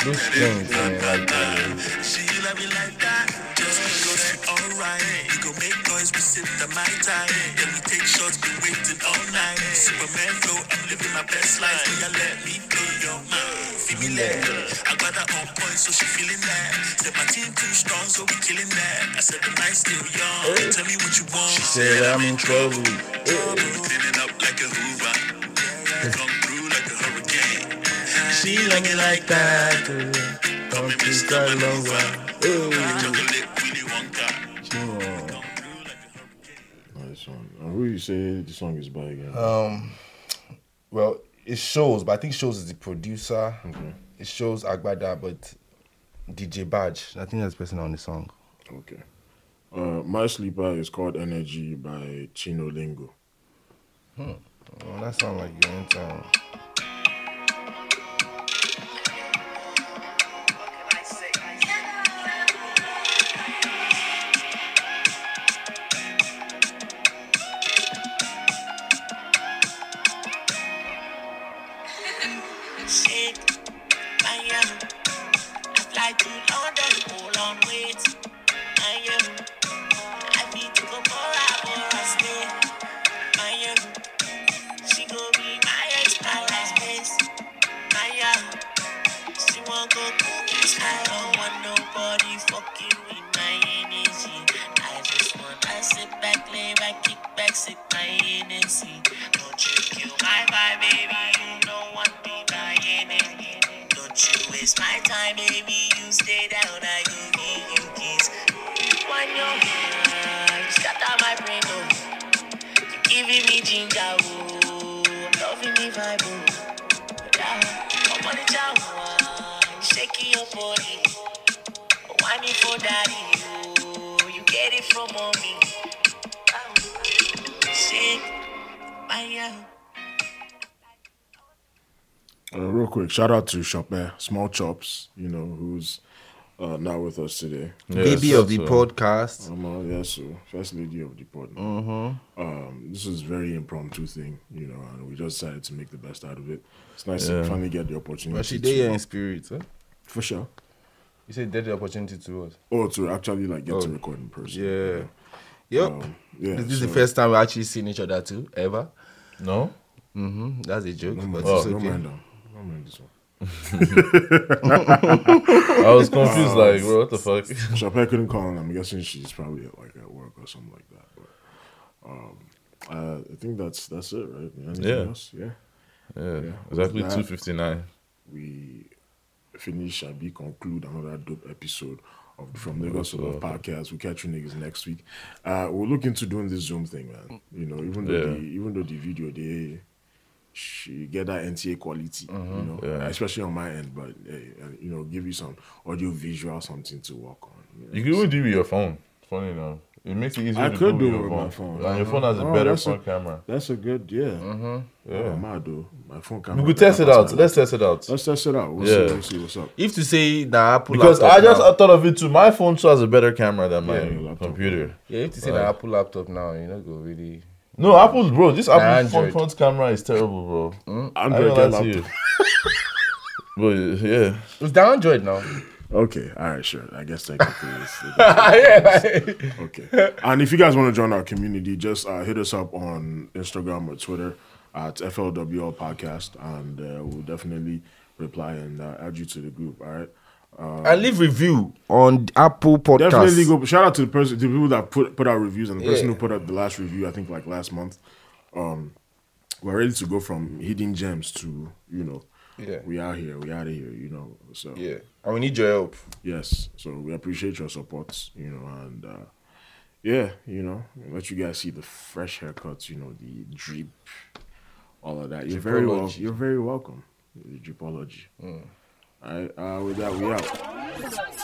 Speaker 3: Those strings, man, like uh,
Speaker 5: She love me like that. Just we go there, alright. You go make noise, we sip the my time. Then we take shots, been waiting all night. Superman flow, I'm living my best life. So you let me blow your mind. Feel me let go. I got that on point, so she feeling that. Said my team too strong, so we killing that. I said the night's still young. Tell me what you want. She
Speaker 3: said I'm in trouble.
Speaker 5: cleaning up like a Hoover. Come through like a hurricane. She like it like that. Come and miss the maneuver. Chocolate Willy Wonka.
Speaker 1: Nice one. And who you say the song is by again?
Speaker 3: Um, well, it shows, but I think shows is the producer. It shows Agbada, but DJ Badge. I think that's the person on the song.
Speaker 1: okay. Uh, My Sleeper is called Energy by Chino Lingo.
Speaker 3: Oh, that sound like your own time.
Speaker 5: Shit, I am. I fly to London, hold on, wait. I am. I need to go for a for a stay. I am. She gon' be my ex-paradise place. I am. She won't go cookies. I don't want nobody fucking with my energy. I just wanna sit back, lay back, kick back, sit my energy. Don't you kill my vibe, baby. You don't want me dying energy. Don't you waste my time, baby. You stay down, I go give you kiss. When you're here, you scatter my brain, oh. You giving me ginger, oh. Loving me vibe, oh. I'm on the job, one. shaking your body. Whining for daddy, you, you get it from mommy. Shake my young.
Speaker 1: Uh, real quick, shout out to Chopin, Small Chops, you know, who's uh, not with us today.
Speaker 3: Baby of the podcast.
Speaker 1: Um, uh, yeah, so first lady of the pod.
Speaker 3: Mm-hmm.
Speaker 1: Um, this is very impromptu thing, you know, and we just decided to make the best out of it. It's nice to finally get the opportunity.
Speaker 3: But she
Speaker 1: to-
Speaker 3: did here in spirit. Huh?
Speaker 1: for sure.
Speaker 3: You said did the opportunity to us.
Speaker 1: Or to actually like get to record in person.
Speaker 3: Oh, Yeah. Yep.
Speaker 1: Um, yeah,
Speaker 3: this is the
Speaker 1: so-
Speaker 3: first time we actually seen each other too, ever.
Speaker 2: No,
Speaker 3: Mm-hmm. That's a joke, but
Speaker 1: Oh,
Speaker 3: it's
Speaker 1: Don't
Speaker 3: okay.
Speaker 1: mind them. Don't mind this one.
Speaker 2: I was confused. Like, bro, what the fuck?
Speaker 1: Chopin couldn't call, and I'm guessing she's probably at, like at work or something like that. But um, uh, I think that's that's it, right? Anything
Speaker 2: Yeah.
Speaker 1: else? Yeah.
Speaker 2: Yeah, exactly
Speaker 1: That-
Speaker 2: two fifty nine.
Speaker 1: we finish and we conclude another dope episode of the From Lagos to Love podcast. We catch you niggas next week. Uh, we'll look into doing this Zoom thing, man. You know, even though
Speaker 2: Yeah.
Speaker 1: the even though the video they she get that NTA quality, you know,
Speaker 2: Mm-hmm. Yeah.
Speaker 1: especially on my end. But hey, uh, you know, give you some audio visual something to work on. You know?
Speaker 2: You can even do it with your phone. Funny enough, It makes it easier
Speaker 1: I
Speaker 2: to
Speaker 1: could
Speaker 2: do,
Speaker 1: do it
Speaker 2: with
Speaker 1: with
Speaker 2: your
Speaker 1: my
Speaker 2: phone.
Speaker 1: phone.
Speaker 2: And your phone has a
Speaker 1: Oh,
Speaker 2: better
Speaker 1: that's a-
Speaker 2: front camera. Mm-hmm.
Speaker 1: That's a good, yeah.
Speaker 2: Yeah.
Speaker 1: Oh, mad though. My phone camera.
Speaker 2: we could test it
Speaker 1: That's
Speaker 2: out.
Speaker 1: my-
Speaker 2: Let's test it out.
Speaker 1: Let's test it out. We'll
Speaker 2: Yeah.
Speaker 1: see. We'll see what's up.
Speaker 3: If to say nah, Apple
Speaker 2: Because I
Speaker 3: laptop
Speaker 2: just
Speaker 3: now-
Speaker 2: I thought of it too. My phone still has a better camera than
Speaker 1: Yeah, your
Speaker 2: my
Speaker 1: laptop.
Speaker 2: computer.
Speaker 3: yeah, if to say the Apple laptop now, you know, go really.
Speaker 2: No, Apple, bro. This Apple phone
Speaker 3: Android.
Speaker 2: front camera is terrible, bro. I
Speaker 1: Mm, Android
Speaker 2: don't
Speaker 1: get
Speaker 2: lie to you.
Speaker 1: laptop.
Speaker 2: But yeah,
Speaker 3: It's the Android now.
Speaker 1: Okay. All right. Sure. I guess technically. it's-
Speaker 3: yeah, like,
Speaker 1: Okay. And if you guys want to join our community, just uh, hit us up on Instagram or Twitter at FLWL Podcast, and uh, we'll definitely reply and uh, add you to the group. All right.
Speaker 3: and leave review on Apple Podcast.
Speaker 1: Definitely go. Shout out to the person, the people that put put out reviews, and the person
Speaker 3: Yeah.
Speaker 1: who put up the last review, I think like last month. Um, we're ready to go from hidden gems to you know,
Speaker 3: Yeah.
Speaker 1: we out here, we out of here, you know. So
Speaker 3: Yeah, and we need your help.
Speaker 1: yes, so we appreciate your support, you know, and uh, yeah, you know, let you guys see the fresh haircuts, you know, the drip, all of that. You're very well,
Speaker 3: Dripology. Mm.
Speaker 1: you're very welcome. The dripology. All right, uh, with that, we out.